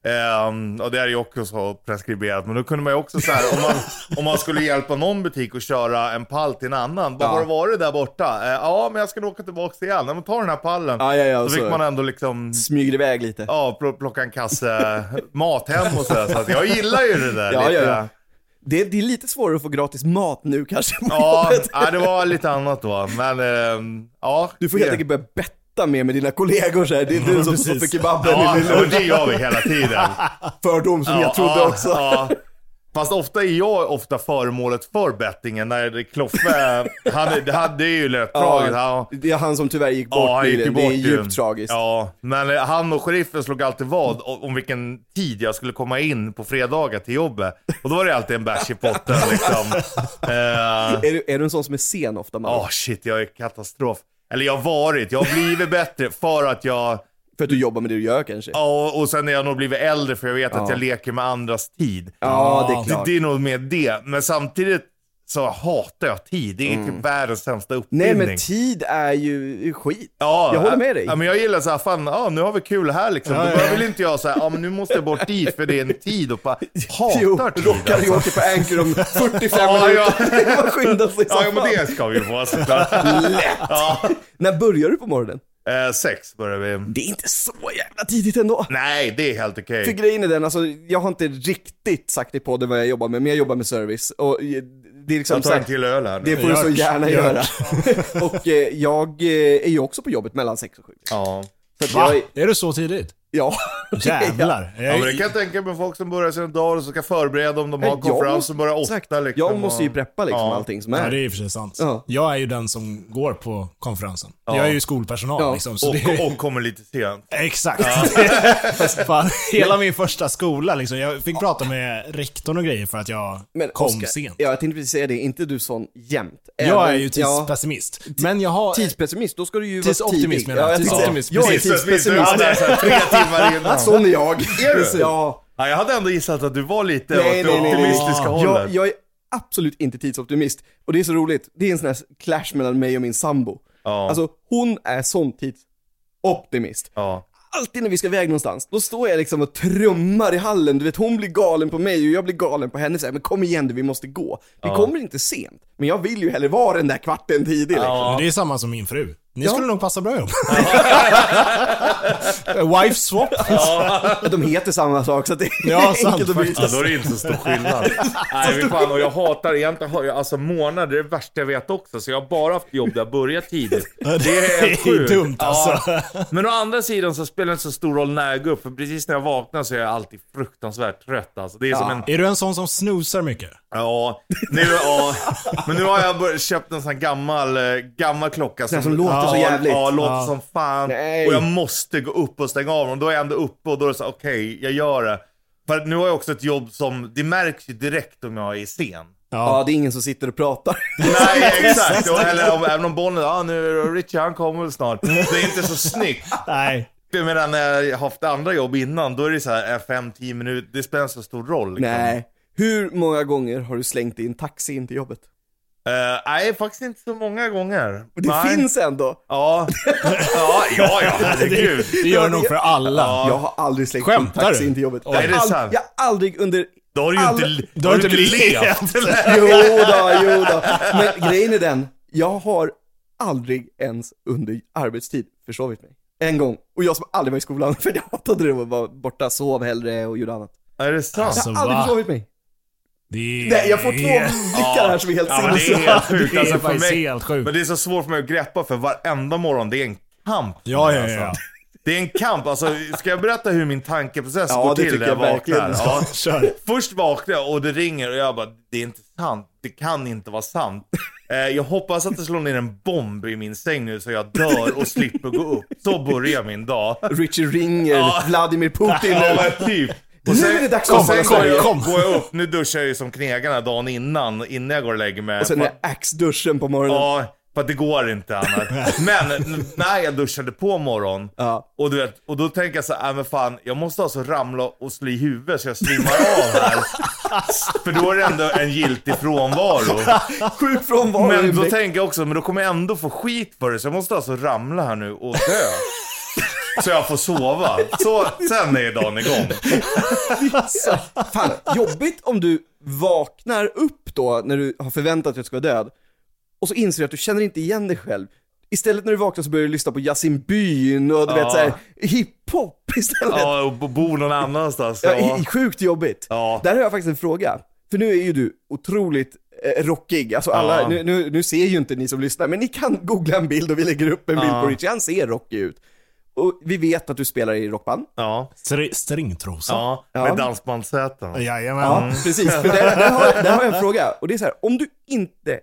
ehm, och det är ju också så preskriberat, men då kunde man ju också så här, om man, om man skulle hjälpa någon butik att köra en pall till en annan, vad
Ja.
har det varit där borta? Eh, ja, men jag ska nog åka tillbaka igen. Ja, men ta den här pallen.
Ja, ja, ja,
så
så.
fick man ändå liksom
Smyger iväg lite.
ja, pl- plocka en kasse mat hem och sådär. Så att jag gillar ju det där
Ja, ja,
lite.
ja. Det, det är lite svårare att få gratis mat nu kanske på
Ja,
jobbet.
ja, det var lite annat då. Men ehm, ja.
Du får
det-
helt enkelt börja betta mer med dina kollegor så här. Det är du som står för
precis.
kebaben i din
Ja, och det gör vi hela tiden.
fördom som
Ja,
jag trodde
ja,
också.
ja. Fast ofta är jag ofta föremålet för bettingen när det är Kloffe, han, är- det hade det är ju lätt tragiskt. Han,
Det är han som tyvärr gick bort
ja, han gick ju
nyligen.
bort
Det är
ju.
djupt tragiskt.
Ja, men eh, han och sheriffen slog alltid vad o- om vilken tid jag skulle komma in på fredagar till jobbet. Och då var det alltid en bärs i potten liksom. Eh,
Är, du, är du en sån som är sen ofta man?
Ja, shit, jag är katastrof. Eller jag har varit, jag har blivit bättre för att jag...
För att du jobbar med det du gör kanske? Ja,
Ja, och sen har jag nog blivit äldre för jag vet att jag leker med andras tid.
det är
Det,
klart.
det är nog med det, men samtidigt så hatar jag tid. Det är typ världens sämsta uppfinning.
Mm. Nej men tid är ju skit.
Ja,
jag håller med dig.
Ja, men jag gillar såhär, fan, ja, nu har vi kul här liksom. Då vill inte jag säga, ja men nu måste jag bort dit för det är en tid och bara hatar
Jo,
tid.
rockar
alltså.
i åker på Anchor om 45
Ja, ja.
minuter. Det var skynda sig
Ja, men
det...
det ska vi ju få såklart.
Lätt! När börjar du på morgonen?
Eh, sex börjar vi.
Det är inte så jävla tidigt ändå.
Nej, det är helt okej.
För grejen är den, alltså, jag har inte riktigt sagt i podden vad jag jobbar med, men jag jobbar med service. Och eh, det är liksom
Jag
så
tar
här-
en till öl här nu.
Det får du så
Gör-
gärna
gör.
göra. och eh, jag eh, är ju också på jobbet mellan 6 och 7.
Ja.
Så att
Va?
jag, är-
Är det så tidigt?
ja.
Jävlar.
ja,
Jag,
men det kan jag tänka mig folk som börjar sina dagar och som ska förbereda om de har
Jag
konferens
måste-
som börjar
exakt.
åtta liksom.
Jag måste ju
och-
preppa liksom
Ja.
allting som
ja,
är.
det är i och för sig sant.
Ja.
Jag är ju den som går på konferensen. Jag är ju skolpersonal
Ja.
liksom. Så det
Och, och kommer lite sent.
Exakt. Fan, hela min första skola liksom. Jag fick prata med rektorn och grejer för att jag kom
Oscar,
sent.
Ja, jag tänkte precis säga det, inte du sån jämt?
Jag är
Även-
ju typ
ja,
tidspessimist. Men jag har...
eh,
tidspessimist, då ska du ju vara tidig.
Tidsoptimist menar
Ja,
jag.
jag. tänkte-
Tidsoptimist,
Jag är
precis.
tidspessimist.
Ja, Alltså- det är så här tre timmar innan.
Sån är jag.
du?
Precis. Ja.
Ja, jag hade ändå gissat att du var lite
Nej,
åt det
nej, nej, nej.
optimistiska
Jag,
hållet.
jag är absolut inte tidsoptimist. Och det är så roligt, det är en sån här clash mellan mig och min sambo.
Ja.
Alltså hon är sån tidsoptimist.
Ja.
Alltid när vi ska iväg någonstans, då står jag liksom och trummar i hallen. Du vet hon blir galen på mig och jag blir galen på henne. Så här, men kom igen du, vi måste gå. Vi kommer inte sent, men jag vill ju hellre vara den där kvarten tidig liksom.
Men det är samma som min fru. Ni skulle nog passa bra ihop. Wife swap.
Ja, liksom. De heter samma sak så att det är
Ja, sant
enkelt att byta.
Ja, då är det inte så stor skillnad. Nej, men fan, och jag hatar egentligen, har jag- alltså månader är det värsta jag vet också, så jag har bara haft jobb där jag börjat tidigt.
Det
helt sjukt.
dumt alltså.
Ja. Men å andra sidan så spelar det inte så stor roll när jag går upp, för precis när jag vaknar så är jag alltid fruktansvärt trött alltså. Det är som en
Är du en sån som snoozar mycket?
Ja, nu, ja. men nu har jag bör- köpt en sån här gammal, eh, gammal klocka som,
Den som låter
ja,
så jävligt.
Ja, låter som fan.
Nej.
Och jag måste gå upp och stänga av den. Då är jag ändå uppe och då är det så okej, jag gör det. För att nu har jag också ett jobb som, det märks ju direkt om jag är sen.
Ja, det är ingen som sitter och pratar.
Nej, exakt. Och, eller om, även om Bonnie, ja nu är det Richie, han kommer väl snart. Det är inte så snyggt.
Nej.
Jag menar när jag haft andra jobb innan, då är det så här 5-10 minuter, det spelar inte så stor roll. Liksom.
Nej. Hur många gånger har du slängt in taxi in till jobbet?
Eh, nej, faktiskt inte så många gånger.
Och det
nej.
finns ändå.
Ja, ja, ja, ja herregud.
Det gör nog för alla.
Jag har aldrig slängt in
Skämtar
taxi
du?
in till jobbet.
är det
Ald-
sant?
Jag har aldrig under...
Då har du ju
Alla-
inte,
Då har du inte levt.
Jo då, jo då. Men grejen är den, jag har aldrig ens under arbetstid försovit mig. En gång. Och jag som aldrig var i skolan, för jag hatade det och var borta, sov hellre och gjorde annat.
Är det sant?
Alltså,
Jag har aldrig
va?
försovit mig.
Det är-
Nej, jag får två blickar här som är helt
ja, men det är
sinnessjuka.
helt sjukt.
Det är
Alltså, för
faktiskt
mig,
helt sjukt.
men det är så svårt för mig att greppa för varenda morgon, det är en kamp. Alltså.
Ja, ja, ja.
Det är en kamp. Alltså, ska jag berätta hur min tankeprocess
Ja,
går
det
till
tycker
när jag
jag verkligen
vaknar?
du ska.
Alltså. Ja.
Kör.
Först vaknade jag och det ringer och jag bara, det är inte sant. Det kan inte vara sant. Eh, jag hoppas att det slår ner en bomb i min säng nu så jag dör och slipper gå upp. Så börjar min dag.
Richie ringer
Ja.
Vladimir Putin nu.
Ja, men typ.
Nu är det dags
och
att
sen
komma.
går jag-
Kom.
går jag upp. Nu duschar jag ju som knegarna dagen innan, innan jag går och lägger mig.
Och sen
För-
är det axduschen på morgonen.
Ja, för att det går inte annars. Men n- när jag duschade på morgon
Ja.
och, du vet, och då tänker jag så här, "Äh, men fan, jag måste alltså ramla och slå i huvudet så jag svimmar av här. För då är det ändå en giltig frånvaro.
Sjuk frånvaro.
Men då
Rebecca.
tänker jag också, men då kommer jag ändå få skit för det, så jag måste alltså ramla här nu och dö. Så jag får sova. Så, sen är dagen igång.
Alltså, Fan, jobbigt om du vaknar upp då när du har förväntat dig att du ska vara död och så inser du att du känner inte igen dig själv. Istället när du vaknar så börjar du lyssna på Yasin Byn och du
Ja.
vet såhär hiphop istället.
Ja, och bo- bo någon annanstans.
Ja, i- i- sjukt jobbigt.
Ja.
Där har jag faktiskt en fråga. För nu är ju du otroligt eh, rockig. Alltså alla,
Ja.
nu, nu, nu ser ju inte ni som lyssnar, men ni kan googla en bild och vi lägger upp en bild
Ja.
på Richie. Han ser rockig ut. Och vi vet att du spelar i rockband.
Ja,
Str- stringtrosa.
ja,
Ja.
med dansbandssäten.
Jajamän.
Ja, precis. För där, där, har, där har jag en fråga. Och det är så här, om du inte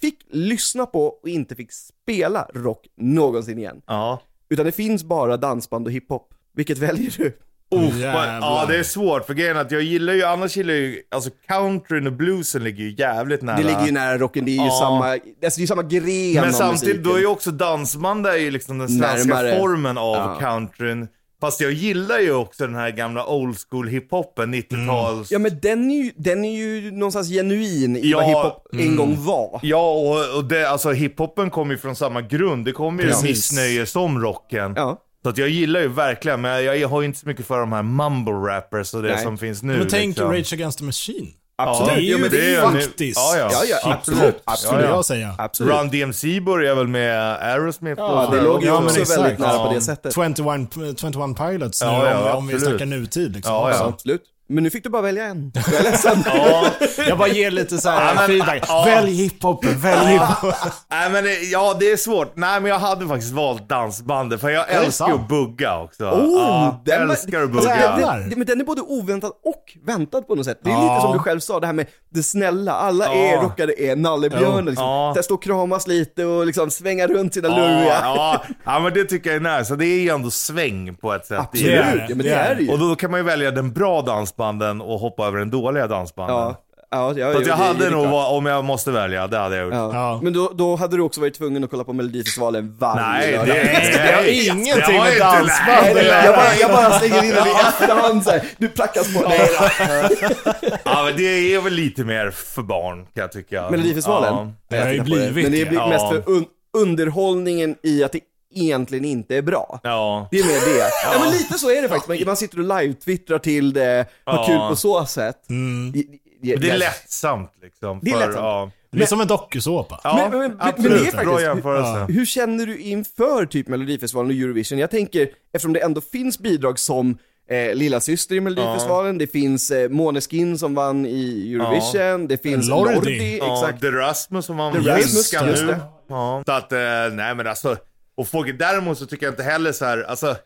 fick lyssna på och inte fick spela rock någonsin igen,
Ja.
utan det finns bara dansband och hiphop, vilket väljer du?
Uff,
Jävlar.
vad- ja, det är svårt. För grejen är att jag gillar ju, annars gillar jag ju, alltså countryn och bluesen ligger ju jävligt nära.
Det ligger ju nära rocken, det är ju
Ja.
samma, alltså det är ju samma gren av
Men samtidigt,
musiken.
då är ju också dansband är ju liksom den svenska
Närmare.
formen av
Ja.
countryn. Fast jag gillar ju också den här gamla old school hiphopen, 90-tals.
Mm. Ja men den är ju, den är ju någonstans genuin i
Ja, Mm.
vad hiphop en gång var.
Ja, och, och det, alltså hiphopen kommer ju från samma grund. Det kommer ju
Precis.
missnöje som rocken.
Ja.
Så att jag gillar ju verkligen, men jag har ju inte så mycket för de här mumble rappers och det
Nej.
som finns nu.
Men tänk
liksom.
Rage Against the Machine.
Ja,
Det är
Ja,
ju
men det är ju
en-
faktiskt
ja, ja.
Ja, ja,
hiphop,
absolut.
skulle
Absolut.
Ja, ja.
jag säga.
absolut.
Run DMC börjar väl med Aerosmith
Ja,
Ja, det låg ju
Ja, men
också
exakt.
väldigt nära
Ja.
på det sättet.
21, p- 21 Pilots nu,
Ja, ja,
om, om vi
absolut.
snackar nutid. Liksom.
Ja, ja.
Absolut. Men nu fick du bara välja en. Jag är ledsen.
Ja,
Jag bara ger lite så här
Ja, men-
feedback.
ja.
Välj hiphopen, välj hiphopen.
nej, men det, ja, det är svårt. Nej, men jag hade faktiskt valt dansbandet, för jag
det
älskar ju
sant?
att bugga också.
Oh,
ja, jag
den var-
älskar att
alltså,
bugga.
jävlar.
den- Men den är både oväntad och väntad på något sätt. Det är
Ja.
lite som du själv sa, det här med det snälla. Alla är
Ja.
rockade är nallebjörnar liksom.
Ja.
Där står och kramas lite och liksom svängar runt sina
Ja,
luriga.
ja, ja, men det tycker jag är nice. Så Det är ju ändå sväng på ett sätt.
Absolut,
det är det.
ja men det
Det är
är det ju.
Och då kan man ju välja den bra dansbanden och hoppa över den dåliga dansbanden.
Ja, ja, ja,
Så att jag
det- det
hade
är
nog,
klart.
va- om jag måste välja, det hade jag gjort.
Ja.
Ja.
Men då, då hade du också varit tvungen att kolla på Melodifestivalen varje
Nej, det,
lördag.
det har ingenting
har
med
inte-
dansband
Nej,
nej, det-
nej, jag, bara, jag bara slänger in den i efterhand såhär, du prackas på. Nej, då.
Ja, men det är väl lite mer för barn kan jag tycka.
Melodifestivalen?
Det har ju
Jag tittar på
blivit
Men det är
det.
bli-
Ja.
mest för un- underhållningen i att det egentligen inte är bra.
Ja.
Det är mer det. Ja. men lite så är det faktiskt. Man, man sitter och live-twittrar till det, har
Ja.
kul på så sätt.
Mm.
I- i-
ja. Det är
men-
lättsamt liksom.
Det är
för-
lättsamt.
Ja,
Det är som en dokusåpa.
ja
Men- men- men- men det är
absolut.
faktiskt-
Bra jämförelse.
Hur känner du inför typ Melodifestivalen och Eurovision? Jag tänker, eftersom det ändå finns bidrag som eh, Lilla syster i Melodifestivalen, det finns eh, Måneskin som vann i Eurovision, det finns
Lordi.
Lordi,
Ja,
exakt.
The Rasmus som man
The Rasmus,
älskar
just
nu.
det.
Ja. Så att, eh, nej men alltså. Och folk, däremot så tycker jag inte heller så här, alltså.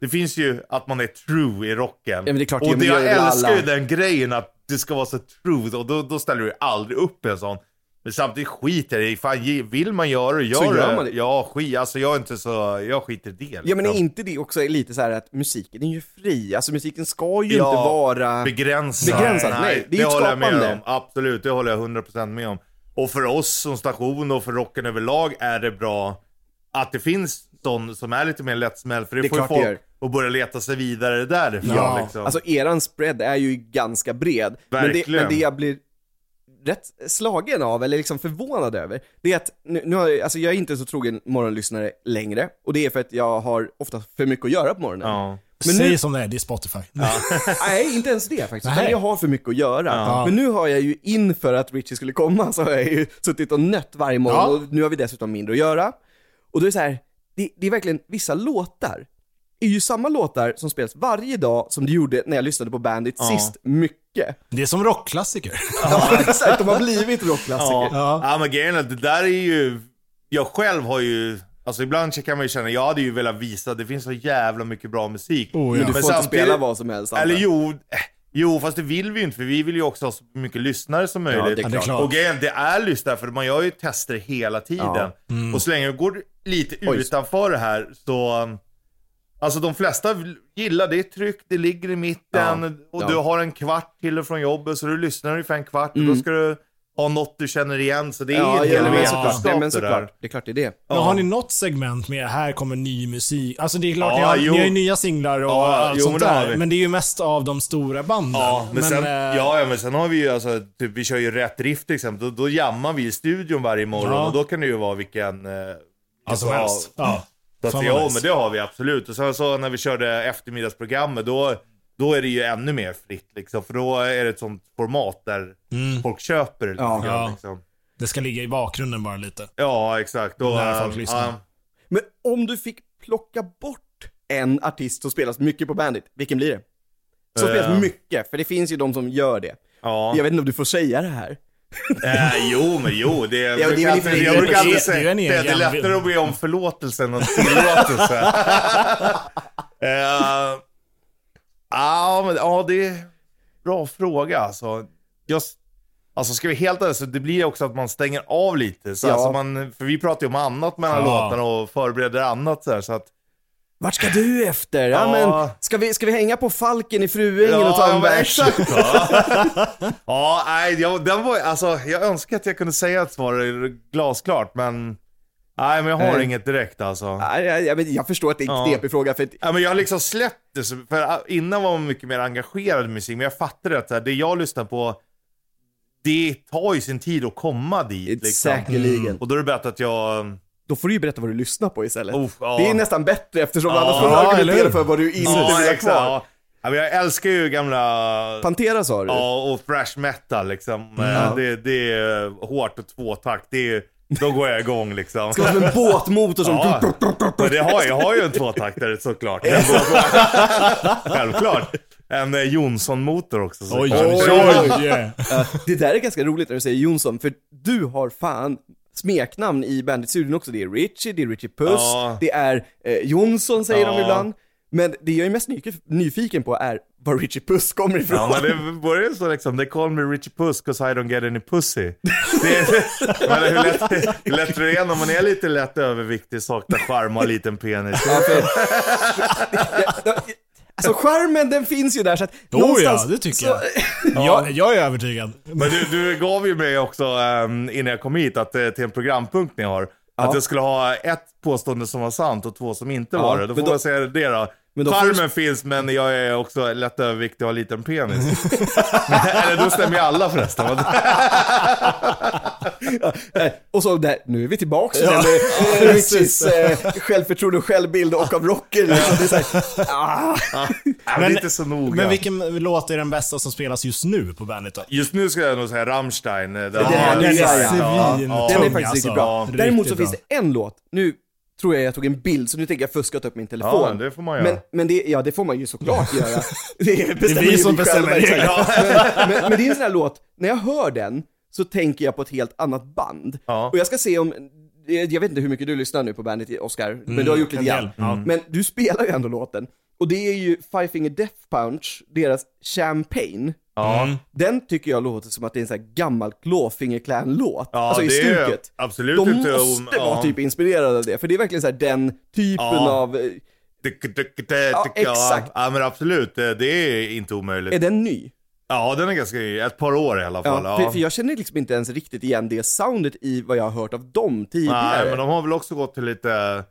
Det finns ju att man är true i rocken.
men det är klart,
och
det- men det
jag
gör väl
älskar ju
alla.
den grejen att det ska vara så true. Och då, då ställer du ju aldrig upp en sån. Men samtidigt skiter jag i, fan ge- vill man göra det, gör,
Så gör
det.
man det.
Ja, skit, alltså jag är inte så, jag skiter i det.
Ja men är
liksom.
inte det också lite så här att musiken är ju fri, alltså musiken ska ju
Ja,
inte vara...
begränsad.
Begränsad, nej, det är ett
håller jag
skapande.
med om. Absolut, det håller jag 100% med om. Och för oss som station och för rocken överlag är det bra att det finns sån som är lite mer lättsmält. För det,
Det är
får ju
klart det
folk
gör.
att börja leta sig vidare därifrån.
Ja,
liksom.
Alltså eran spread är ju ganska bred. Men det,
Verkligen.
men det jag blir rätt slagen av, eller liksom förvånad över, det är att nu, nu har jag, alltså jag är inte så trogen morgonlyssnare längre. Och det är för att jag har ofta för mycket att göra på morgonen.
ja.
Men
Säg
nu-
som det är, det är Spotify.
Nej, inte ens det faktiskt.
Nej.
Utan jag har för mycket att göra.
Ja.
Men nu har jag ju inför att Richie skulle komma så har jag ju suttit och nött varje morgon
Ja.
och nu har vi dessutom mindre att göra. Och då är det så här, det, det är verkligen vissa låtar är ju samma låtar som spelas varje dag som det gjorde när jag lyssnade på Bandit sist, mycket.
Det är som rockklassiker.
Ja, exakt, de har blivit rockklassiker.
Ja.
Ja.
Ja. men grejen är att det där är ju... Jag själv har ju... Alltså ibland kan man ju känna, jag hade ju velat visa, det finns så jävla mycket bra musik.
Oh, ja.
Men du får inte
samtidigt-
spela vad som helst.
Eller
Albert.
jo, eh, jo, fast det vill vi ju inte för vi vill ju också ha så mycket lyssnare som möjligt.
Ja, det är
Ja, det är
klart.
klart.
Och grejen, det är lyssnare för man gör ju tester hela tiden.
Ja. Mm.
Och så länge det går lite
Oj.
utanför det här så... um, Alltså de flesta vill- gillar det är tryck, det ligger i mitten
Ja.
och
Ja.
du har en kvart till och från jobbet så du lyssnar ungefär en kvart och då ska du ha något du känner igen. Så det är
Mm. Ja,
ju
ja,
en
men
hel vetenskap
såklart. Nej, men
det där.
såklart. Det är klart det är det.
Men har ni något segment med här kommer ny musik? Alltså det är klart,
Ja,
ni, har,
jo.
ni har ju nya singlar och
Ja,
allt
jo,
sånt
men det har
där.
vi.
Men det är ju mest av de stora banden.
Ja, men, sen,
eh,
ja, ja, men sen har vi ju alltså, typ, vi kör ju rätt drift till exempel. Då, då jammar vi i studion varje morgon
Ja.
och då kan det ju vara vilken... Eh, alltså,
som helst.
ja.
Ja.
Så
Fan
att,
vad
ja,
nice.
men det har vi absolut. Och sen så när vi körde eftermiddagsprogrammet, då, då är det ju ännu mer fritt liksom. För då är det ett sånt format där folk köper det lite
Ja.
grann,
Mm. Ja.
liksom.
Det ska ligga i bakgrunden bara lite.
Ja, exakt. Då,
När folk
eh,
lyssnar.
ja.
Men om du fick plocka bort en artist som spelas mycket på Bandit, vilken blir det? Som
Eh.
spelas mycket, för det finns ju de som gör det.
Ja.
Jag vet inte om du får säga det här.
Eh, jo, men jo. Det, jag
det är
brukar
väl
alltid-
inte-
jag brukar
det
alltid
är- det är
säga
en
det, det, är
egen-
lättare att be om förlåtelse än om tillåtelse. Eh, Ja, men ja, det är bra fråga alltså. Jag, alltså ska vi helt ärligt så det blir också att man stänger av lite. Så
Ja.
alltså man, för vi pratar ju om annat
Ja.
mellan låtarna och förbereder annat så, här, så att
Vart ska du efter? Ja,
Ja.
men ska vi, ska vi hänga på Falken i Fruängen och ta en
men
bärs?
exakt. va? ja, nej, jag, den var, alltså, jag önskar att jag kunde säga att svar är glasklart, men... Nej, men jag har
Nej.
inget direkt alltså.
Nej, jag, jag, vet- jag förstår att det är en
Ja.
knepig fråga för att,
Ja, men jag har liksom släppt det, så- för ah, innan var man mycket mer engagerad i musik, men jag fattade att så här, det jag lyssnar på, det tar ju sin tid att komma dit. Liksom.
säkerligen.
Och då är det bättre att jag...
Då får du ju berätta vad du lyssnar på istället.
Oh, ja.
Det är nästan bättre eftersom
Ja,
annars får du
ja, eller
argumentera
hur?
för vad du inte
Ja,
vill ha
exakt,
kvar.
ja. Ja, men jag älskar ju gamla...
Pantera sa du?
typ.
Ja, och fresh metal liksom.
Mm.
Ja.
Eh, Det, det är hårt och tvåtakt. Det är, då går jag igång liksom.
Det var som en båtmotor som...
Ja, men det har, jag har ju en tvåtaktare såklart. Den går igång. Självklart. En eh, Jonsson-motor också. Så.
Oj,
Oj,
oj,
oj.
oj.
Ja, det där är ganska roligt när du säger Jonsson, för du har fan smeknamn i banditstudion också. Det är Richie, det är Richie Puss,
Ja.
det är eh, Jonsson säger de
Ja.
ibland. Men det jag är mest nyf- nyfiken på är var Richie Puss kommer ifrån.
Ja, men det börjar ju så liksom. They call me Richie Puss 'cause I don't get any pussy. Det är, men hur lätt, hur lätt tror du det är när man är lite lätt överviktig, saknar charm och har liten penis?
Ja, för- alltså skärmen den finns ju där så att
Oh ja, det tycker
så-
jag. jag. Jag är övertygad.
Men du, du gav ju mig också ehm, innan jag kom hit att, eh, till en programpunkt ni har. Att jag skulle ha ett påstående som var sant och två som inte var det. Då
men
får
då-
jag säga det då.
men då får
Charmen finns men jag är också lätt överviktig och har liten penis. Eller då stämmer ju alla förresten. Vad-
Eh, Och så där, nu är vi tillbaks till det med eh, Richies eh, självförtroende och självbild och av rocker. Liksom. Det är så här, ah.
Ja, men, det är inte så noga.
Men vilken låt är den bästa som spelas just nu på bandet då?
Just nu skulle jag nog säga Rammstein. eh, Den,
här
har-
är
svin-
ja,
Den är
tung,
faktiskt
alltså.
riktigt bra.
Ja,
Däremot så
riktigt
finns
bra.
det en låt, nu tror jag jag tog en bild så nu tänker jag fuska och ta upp min telefon.
Ja, det får man göra.
Men, men det, ja, det får man ju såklart göra. Det är, bestämmer
vi
ju
som
själva,
bestämmer
exakt.
reglerna.
Men, men, men det är en sån här låt, när jag hör den så tänker jag på ett helt annat band.
Ja.
Och jag ska se om, eh, jag jag vet inte hur mycket du lyssnar nu på bandet Oscar, men du har gjort lite grann.
en del. Mm.
Men du spelar ju ändå låten. Och det är ju Five Finger Death Punch, deras Champagne.
ja,
Den tycker jag låter som att det är en sån här gammal Clawfinger Clan-låt.
Ja,
alltså i
det är
stuket.
absolut
De
inte om-
måste vara
ja.
typ inspirerade av det, för det är verkligen så här den typen
Ja.
av... eh,
Tyck, tyck, tyck, tyck,
exakt.
Ja, men absolut. eh, Det är inte omöjligt.
Är den ny?
Ja, den är ganska ny. Ett par år i alla
Ja,
fall. Ja,
För, för jag känner liksom inte ens riktigt igen det soundet i vad jag har hört av dem tidigare.
Nej, men de har väl också gått till lite,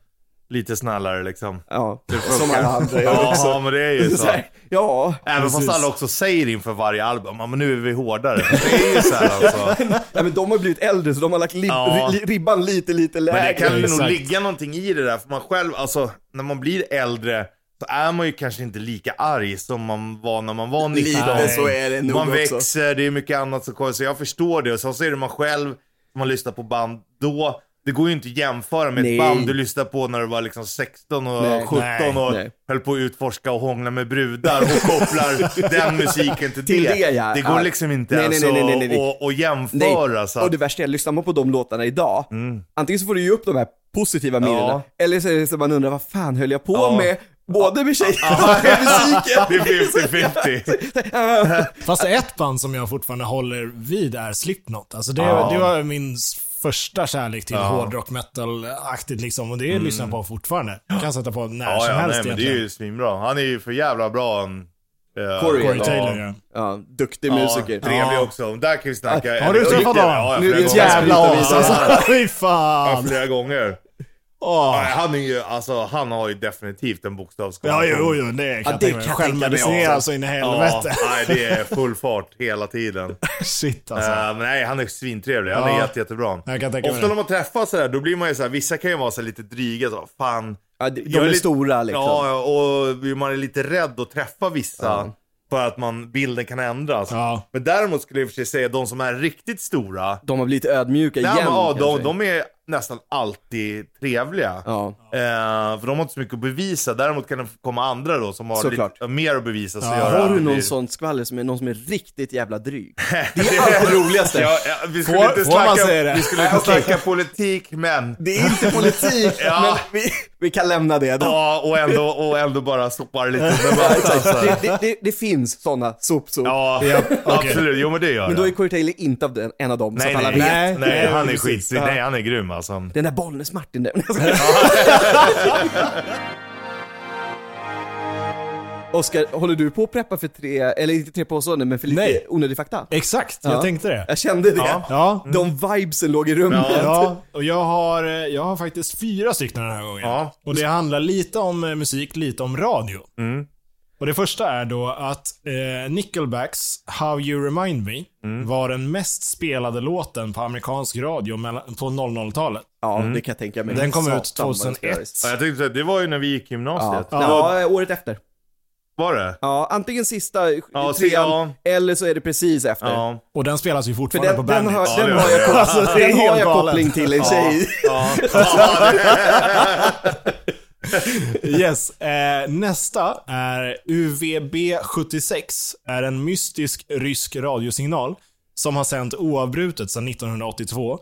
lite snällare liksom.
Ja, som alla andra gör
Ja,
också.
men det är ju
Så
så.
här, ja,
Även fast alla också säger inför varje album, ja men nu är vi hårdare. Det är ju så här alltså.
nej, men de har blivit äldre så de har lagt li-
Ja.
ri- ribban lite, lite
Men det
lägre.
kan ju nog
Exakt.
ligga någonting i det där, för man själv, alltså när man blir äldre så är man ju kanske inte lika arg som man var när man var 19.
Lite så är det nog
Man
också.
växer, det är mycket annat som kommer, så jag förstår det. Och sen så är det man själv, man lyssnar på band då. Det går ju inte att jämföra med
Nej.
ett band du lyssnar på när du var liksom 16 och
Nej.
17 och
Nej.
höll på att utforska och hångla med brudar och kopplar den musiken till,
Till
det.
det, ja.
det går
Ja.
liksom inte
Nej, nej,
ens
nej, nej, nej, nej.
att- att- att
Nej,
jämföra. Så att-
och det värsta är, lyssnar man på de låtarna idag,
Mm.
antingen så får du ju upp de här positiva minnena, eller så är det så att man undrar vad fan höll jag på med? Både med tjejerna och med musiken.
det är 50-50.
Fast ett band som jag fortfarande håller vid är Slipknot. Alltså det, det var min s- första kärlek till hårdrock, metal-aktigt liksom. Och det lyssnar jag på fortfarande. Jag kan sätta på när
Mm. Ja,
som
ja,
helst
nej, men det är
egentligen.
ju svinbra. Han är ju för jävla bra en... eh,
Corey.
Corey
Ja.
Taylor ja.
Ja, duktig
Ja,
musiker.
Trevlig
Ja.
också. Där kan vi snacka.
Har du
Jag
träffat
tycker-
honom?
Ja,
Nu är
flera
det ett
gånger.
jävla
Jävla
as,
as
Ja,
alltså. Fy
ja,
fan.
flera gånger.
Åh.
Ja, han är ju, alltså han har ju definitivt en bokstavskombination.
Ja, jo, jo, det kan
Ja,
jag
det kan
tänka mig.
jag tänka mig
Självmedicinera
också.
så in i
Ja,
helvete.
nej, det är full fart hela tiden.
Shit alltså.
Eh, men nej, han är svintrevlig. Han är
Ja.
jätte, jättebra.
Jag kan tänka mig
Ofta
det.
när man träffas sådär, då blir man ju såhär, vissa kan ju vara så här lite dryga så, fan.
Ja, de- de
jag
är
lite-
stora, liksom.
Ja, och man är lite rädd att träffa vissa. För att man, bilden kan ändras.
Ja.
Men däremot skulle jag i och för sig säga de som är riktigt stora.
De har blivit ödmjuka
Nej,
igen.
men, ja,
kan jag säga.
de, de är nästan alltid trevliga.
Ja.
Eh, för de har inte så mycket att bevisa. Däremot kan det komma andra då som har
Såklart.
lite mer att bevisa. Så
Ja.
gör det
Har du
aldrig-
någon sånt skvaller som är någon som är riktigt jävla dryg? Det är alltid det roligaste.
Ja, ja, vi skulle
Får-
inte
får man
snacka,
säga det?
Vi skulle inte
Nej, okej.
snacka politik, men...
Det är inte politik,
Ja.
men vi, vi kan lämna det. Då.
Ja, och ändå, och ändå bara sopar lite med mattan. så här.
Det, det, det, det finns sådana sopsop.
Ja,
Ja, okej.
absolut. Jo, men det gör
Men då är
det.
Corey Taylor inte av den, en av dem, så
Nej,
att alla
nej,
vet.
Nej,
nej, nej, han är
precis.
skit. Nej, han är grym alltså.
Den där Bollnäs-Martin där. Oskar, håller du på att preppa för tre, eller inte tre påståenden, men för lite
Nej.
onödig fakta?
Exakt,
Ja.
jag tänkte det.
Jag kände det.
Ja.
Ja.
De vibesen låg i rummet.
Ja, och jag har, eh, jag har faktiskt fyra stycken den här gången.
Ja.
Och det handlar lite om eh, musik, lite om radio.
Mm.
Och det första är då att eh, Nickelbacks How You Remind Me
Mm.
var den mest spelade låten på amerikansk radio mellan, på 00-talet.
Ja, det kan jag tänka mig.
Den kom ut
Satan, vad den
2001.
spelades.
Mm. Ja, jag tänkte säga, det var ju när vi gick gymnasiet.
Ja,
Det var,
ja, året efter.
var det?
Ja, antingen sista
Ja, se-
trean,
ja.
eller så är det precis efter.
Ja.
Och den spelas ju
För
fortfarande
den,
på
den, har,
Bandit.
Ja,
den
det
har
var det.
jag, koppling,
det är
den har
helt
jag
galet.
koppling till en tjej.
Ja. Ja.
Yes. Eh, nästa är UVB76. Är en mystisk rysk radiosignal som har sänt oavbrutet sedan 1982.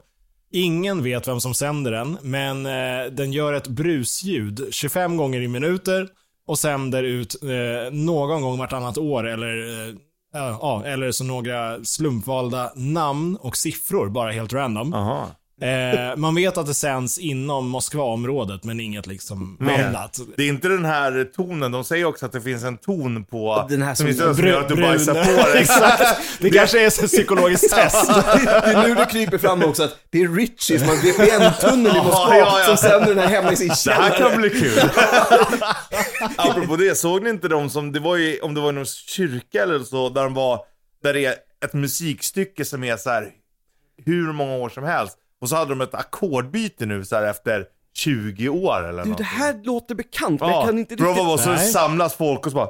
Ingen vet vem som sänder den, men eh, den gör ett brusljud 25 gånger i minuter och sänder ut eh, någon gång vartannat år eller, eh, ja, ja, eller så några slumpvalda namn och siffror, bara helt random.
Jaha.
Eh, man vet att det sänds inom Moskvaområdet, men inget liksom
Men-
annat.
Det är inte den här tonen. De säger också att det finns en ton på...
Den här som-
som finns det som
Bru-
gör att du
brun.
bajsar på dig.
Exakt. Det kanske är en psykologisk test.
Det är nu det kryper fram också att det är Richie som har en VPN-tunnel i Moskva
Ja, ja, ja.
som sänder den här hemma i sin
Det här
källare.
kan bli kul. Apropå det, såg ni inte de som, det var ju, om det var i någon kyrka eller så, där de var, där det är ett musikstycke som är så här hur många år som helst. Och så hade de ett ackordbyte nu så här efter 20 år eller
Du,
något.
det här låter bekant, men jag kan inte
för de var
riktigt...
bara så
Nej.
samlas folk och så bara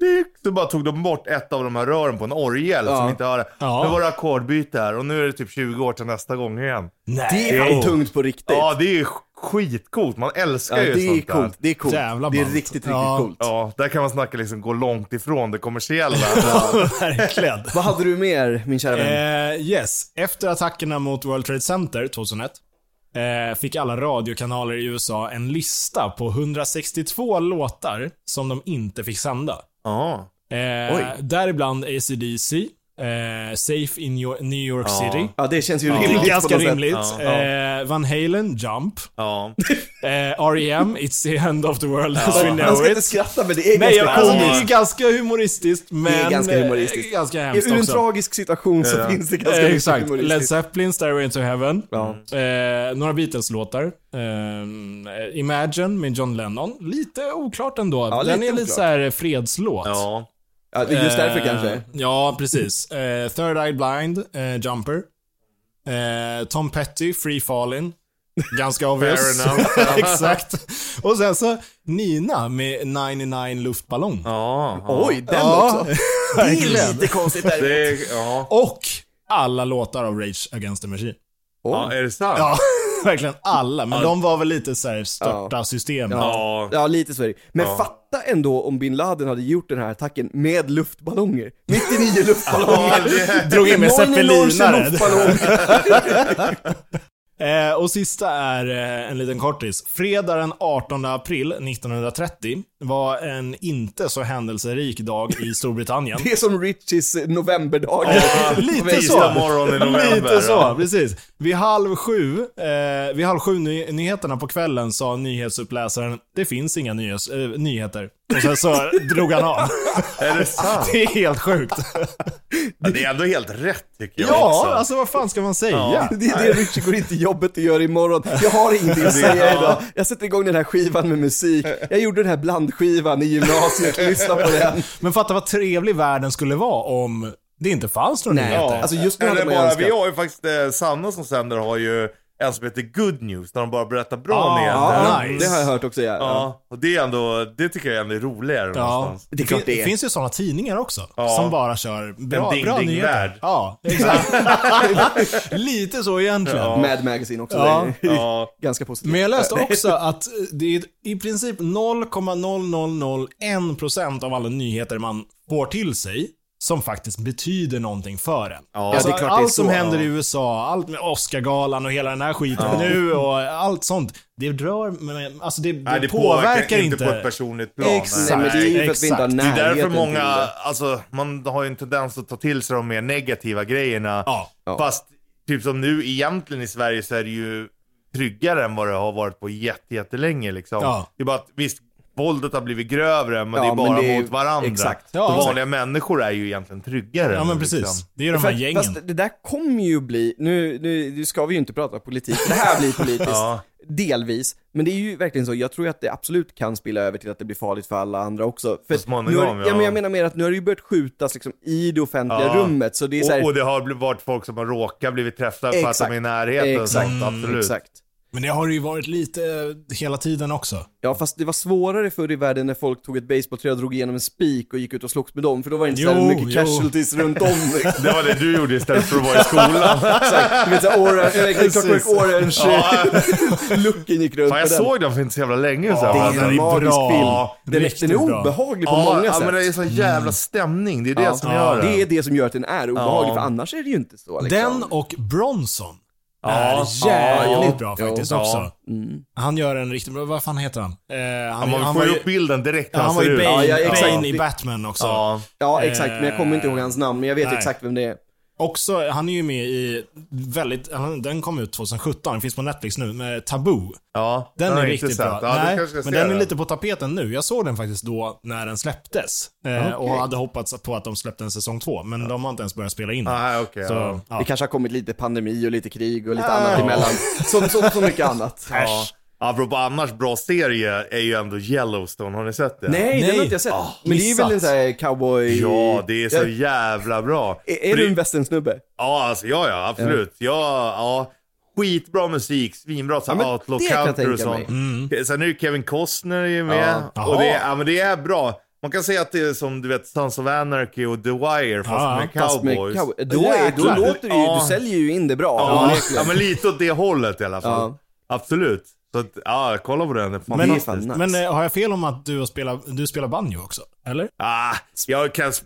tick, så bara tog de bort ett av de här rören på en orgel som inte hör det.
Ja.
Nu var det ackordbyte här och nu är det typ 20 år till nästa gång igen.
Nej.
Det är
Jo.
tungt på riktigt.
Ja, det är ju skitcoolt. Man älskar
Ja,
ju
det är
sånt där.
coolt, det är coolt.
Jävla
Det är
ballt.
riktigt, riktigt
Ja.
coolt.
Ja, där kan man snacka liksom gå långt ifrån det kommersiella.
Verkligen.
Vad hade du mer, min kära vän?
Eh, yes. Efter attackerna mot World Trade Center 2001 eh, fick alla radiokanaler i USA en lista på 162 låtar som de inte fick sända.
ja.
Eh,
Oj.
däribland ACDC, eh, Safe in Yo- New York City.
Ja, det känns ju
Det
rimligt
är
på
ganska
något sätt.
rimligt.
Ja,
Eh, Van Halen, Jump.
Ja.
Eh, R.E.M. It's the end of the world as we
Man
know
ska inte
it.
skratta, men det är ganska
Nej, jag, alltså, det
komiskt.
är ganska humoristiskt, men...
Det är ganska
eh,
humoristiskt.
Ganska hemskt
Ur en
också.
tragisk situation så
Ja.
finns det ganska
Eh,
mycket
exakt.
humoristiskt.
Led Zeppelin, Stairway to Heaven.
Ja.
Eh, några Beatles-låtar. Eh, Imagine med John Lennon. Lite oklart ändå.
Ja,
Den
lite
är lite
oklart.
så här fredslåt.
ja.
Ja, just därför
Eh,
kanske.
Ja, precis. Eh, Third Eye Blind, eh, Jumper. Eh, Tom Petty, Free Fallin. Ganska obvious.
Fair enough.
Exakt. Och sen så Nina med 99 luftballong.
ja. ja.
Oj, den
Ja,
också. Det är lite konstigt där.
Det är, ja.
Och alla låtar av Rage Against the Machine.
ja. Är det sant?
Ja, verkligen alla. Men de var väl lite så här störta systemet.
Ja.
Ja, lite så är det. Men
Ja.
fatta ändå om bin Laden hade gjort den här attacken med luftballonger. 99
Ja,
luftballonger.
det-
Drog in med
99
zeppelinare.
luftballonger.
Eh, och sista är eh, en liten kortis. Fredag den 18 april 1930 var en inte så händelserik dag i Storbritannien.
Det är som Richies novemberdagar.
Ja,
lite
Tisdag
så.
morgon i november.
Lite så, precis. Vid halv sju, eh, vid halv sju ny- nyheterna på kvällen sa nyhetsuppläsaren det finns inga nyhets- eh, nyheter. Och sen så drog han av.
Är det sant?
Det är helt sjukt.
Ja, det är ändå helt rätt tycker jag.
Ja,
också.
alltså vad fan ska man säga?
Ja.
Det är det Richie går in till jobbet och gör imorgon. Jag har ingenting att säga idag. Jag sätter igång den här skivan med musik. Jag gjorde den här blandskivan i gymnasiet. Lyssna på den.
Men fatta vad trevlig världen skulle vara om det inte fanns några
Nej.
nyheter.
Alltså, just nu hade man
Eller
ju
bara,
önskat.
vi har ju faktiskt, eh, Sanna som sänder har ju en som heter Good News, där de bara berättar bra
Ah,
nyheter.
Ja,
Nice.
det har jag hört också. Ja. Ja.
Ja, och det är ändå, det tycker jag ändå är roligare någonstans.
Det är klart det är.
finns ju sådana tidningar också,
Ja.
som bara kör bra,
En ding,
bra
ding
nyheter.
värld.
Ja, exakt. Lite så egentligen.
Mad Magazine också.
Ja.
Det är
Ja.
ganska positivt.
Men jag läste också att det är i princip 0,0001% av alla nyheter man får till sig som faktiskt betyder någonting för en.
Ja,
alltså,
det är klart det är
allt som
så.
händer i USA, allt med Oscargalan och hela den här skiten nu och allt sånt. Det rör, men, alltså det, det,
Nej, det
påverkar, inte.
på ett personligt plan.
Exakt.
Nej, men det är ju för att vi inte har
Exakt.
Det är
närheten
därför många,
till det.
alltså man har ju en tendens att ta till sig de mer negativa grejerna.
Ja.
Ja.
Fast typ som nu egentligen i Sverige så är det ju tryggare än vad det har varit på jätte, jättelänge liksom.
Ja.
Det är bara att visst, våldet har blivit grövre men
Ja,
det är
men
bara
det är ju-
mot varandra.
exakt.
Ja,
Så
exakt.
vanliga människor är ju egentligen tryggare.
ja,
nu,
men precis.
liksom.
Det är ju de här
Fast-
gängen.
Fast det där kommer ju bli, nu, nu, nu ska vi ju inte prata politik, det här blir politiskt.
Ja.
Delvis, men det är ju verkligen så, jag tror ju att det absolut kan spilla över till att det blir farligt för alla andra också. För
Så småningom,
nu har,
ja.
men Jag menar mer att nu har det ju börjat skjutas liksom i det offentliga
Ja.
rummet, så det är så här,
Och, och det har bl- varit folk som har råkat blivit träffade för att
Exakt.
de är i närheten och
Exakt. Mm,
sånt, absolut.
exakt.
Men det har ju varit lite eh, hela tiden också.
Ja fast det var svårare förr i världen när folk tog ett basebollträ och drog igenom en spik och gick ut och slogs med dem, för då var det inte så
Jo,
här mycket
jo.
casualties runt om. liksom.
Det var det du gjorde istället för att vara i skolan.
Exakt, du vet såhär orange, clockwork orange,
Ja.
looken gick runt
Fan,
på
jag
den.
såg den för inte så jävla länge sedan.
Det
va?
är
Den
en magisk
bra.
film. Den är,
Riktigt
den är
bra.
obehaglig på många
ja,
sätt. Mm.
men det är sån jävla stämning. Det är det
Ja.
som gör
det är
det.
det som gör att den är obehaglig,
Ja.
för annars är det ju inte så. Liksom.
Den och Bronson
Ja,
är jävligt
ja,
bra
ja,
faktiskt
ja.
också. Han gör en riktigt bra, vad fan heter han? Eh, han,
Man
han
får
var
ju
ju-
upp bilden direkt
Ja,
när
han var
ser
ju
ut.
Bane,
Ja, ja, exakt.
Bane i Batman också.
Ja.
Ja, exakt, men jag kommer inte ihåg hans namn, men jag vet
nej.
exakt vem det är.
Också, han är ju med i väldigt, han- den kom ut 2017, den finns på Netflix nu, med Taboo.
ja.
Den
har
är
jag
riktigt
inte
bra.
sett. Ja,
Nej,
du kanske ska
men
se
den är lite på tapeten nu. Jag såg den faktiskt då när den släpptes. Eh, Och hade hoppats på att de släppte en säsong två, men de har inte ens börjat spela in den.
Nej, Ah, okej.
Så,
ja.
ja.
Det kanske har kommit lite pandemi och lite krig och lite annat emellan. Som så, så mycket annat.
Ja. Apropå annars bra serie är ju ändå Yellowstone. Har ni sett det?
Nej, den
Nej.
har inte jag sett.
Ah,
men det är väl en
missat.
sån här cowboy...
Ja, det är så
Ja,
jävla bra.
Eh.
är, är
För
du
det-
en västernsnubbe?
Ja, alltså, ja, ja, absolut. Ja, ja. Skitbra musik, svinbra så
Ja, men
outlaw
det kan jag
country och
tänka mig.
sånt. Sen är ju Kevin Costner är ju med.
Mm. Ja.
Och det,
Jaha.
är- ja, men det är bra. Man kan säga att det är som du vet Sons of Anarchy och The Wire fast
Ja,
med
Fast med
cowboys.
cow- Då, är, då
Jäklar.
låter du ju,
Ja.
du säljer ju in det bra.
ja,
onekligen.
ja, men lite åt det hållet i alla fall.
Ja.
Absolut. Så att, ja, kolla på den. Det är
Men-
fantastiskt.
fan nice.
Men eh, har jag fel om att du spelar, du spelar banjo också? Eller?
ah, jag kan... sp-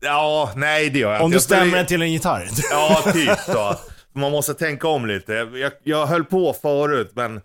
Ja, nej det gör jag
Om
inte.
du
Jag spelar-
stämmer till en gitarr?
Ja, typ så. Man måste tänka om lite. Jag, jag höll på förut, men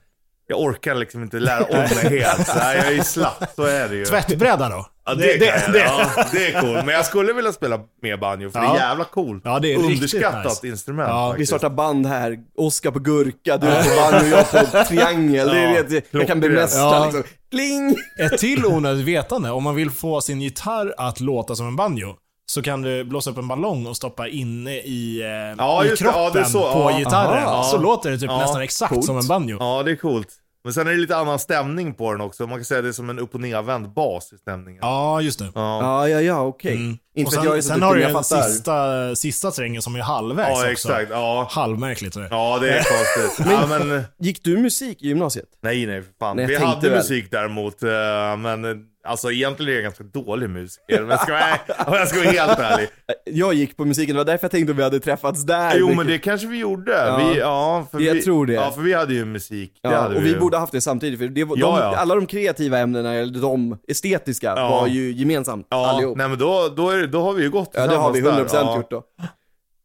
jag orkar liksom inte lära om mig helt. Så här, jag är ju slapp, så är det ju.
Tvättbräda då?
Ja, det, det, det, Ja, det är coolt. Men jag skulle vilja spela mer banjo, för det
Ja.
är jävla coolt.
Ja, det är riktigt
Underskattat
nice.
instrument
Ja,
Vi
faktiskt.
startar band här, Oskar på gurka, du på banjo och jag på triangel. Det
Ja,
är det jag kan
klockrent.
bemästra
Ja.
liksom. Kling!
Ett till onödigt vetande. Om man vill få sin gitarr att låta som en banjo så kan du blåsa upp en ballong och stoppa inne i, eh,
Ja,
i
just det. Ja,
kroppen
det är så.
på
Ja.
gitarren.
Aha.
Så låter det typ
Ja.
nästan exakt
Coolt.
som en banjo.
Ja, det är coolt. Men sen är det lite annan stämning på den också. Man kan säga att det är som en upp och nervänd bas i stämningen.
Ja, just det.
Ja, ja, ja, okej.
Mm.
Inte
Och
för
sen,
att jag är så
sen
duktig,
har
men
du
jag
den
fattar.
sista, sista strängen som är halvvägs
Ja,
också.
exakt. Ja.
Halvmärkligt är det.
ja, det är konstigt. Ja, men...
Gick du musik i gymnasiet?
Nej, nej för fan.
Nej, jag
vi
tänkte
hade
väl.
musik däremot, eh, men eh, alltså egentligen är jag ganska dålig musiker. Men ska, nej, om jag ska vara helt ärlig.
Jag gick på musiken, det var därför jag tänkte att vi hade träffats där.
Jo, men det kanske vi gjorde. Ja, vi, ja, för
Jag
vi,
tror det.
Ja, för vi hade ju musik. det
Ja,
hade
och vi
ju.
borde ha haft det samtidigt, för det var,
Ja,
de,
ja.
alla de kreativa ämnena, eller de estetiska,
Ja.
var ju gemensamt
ja,
allihop.
Nej, men då, då, är, det- då har vi ju gått
ja, det har vi 100%
tillsammans där.
gjort då.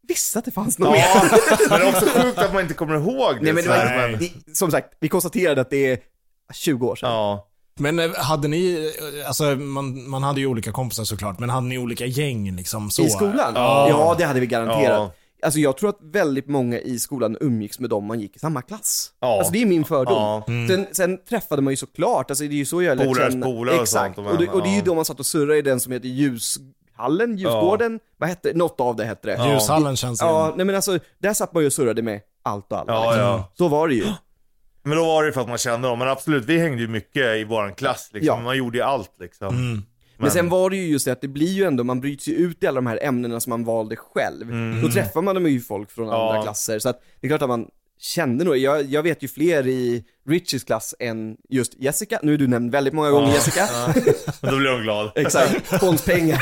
Visste att det fanns något
Ja.
mer.
Ja, men det är också sjukt att man inte kommer ihåg det.
Nej, men det
så här,
var,
Nej.
det, som sagt, vi konstaterade att det är 20 år sedan.
Ja.
Men eh, hade ni, eh, alltså man, man hade ju olika kompisar såklart, men hade ni olika gäng liksom så?
I skolan?
Ja.
Ja. det hade vi garanterat.
Ja.
Alltså jag tror att väldigt många i skolan umgicks med dem man gick i samma klass.
Ja.
Alltså det är min fördom.
Ja.
Sen, sen träffade man ju såklart, alltså det är ju så jag lärde
Polares
känna-
polare och
Exakt.
sånt,
Och, det,
men,
och det är ju
ja.
då man satt och surrade i den som heter Ljushallen, Ljusgården, vad hette det? Något av det hette det. Ja.
Ljushallen känns det.
nej men alltså där satt man ju och surrade med allt och alla.
Ja, ja.
Så var det ju.
Men då var det ju för att man kände dem. Men absolut, vi hängde ju mycket i våran klass. Liksom.
Ja. Mm.
Man gjorde ju allt liksom.
Men sen var det ju just det att det blir ju ändå, man bryts ju ut i alla de här ämnena som man valde själv. Då träffar man ju folk från
Mm. Ja.
andra klasser, så att det är klart att man kände nog, jag, jag vet ju fler i Richies klass än just Jessica. Nu är du nämnd väldigt många gånger
Ja,
Jessica.
Och då blir de glad.
Exakt, konstpengar.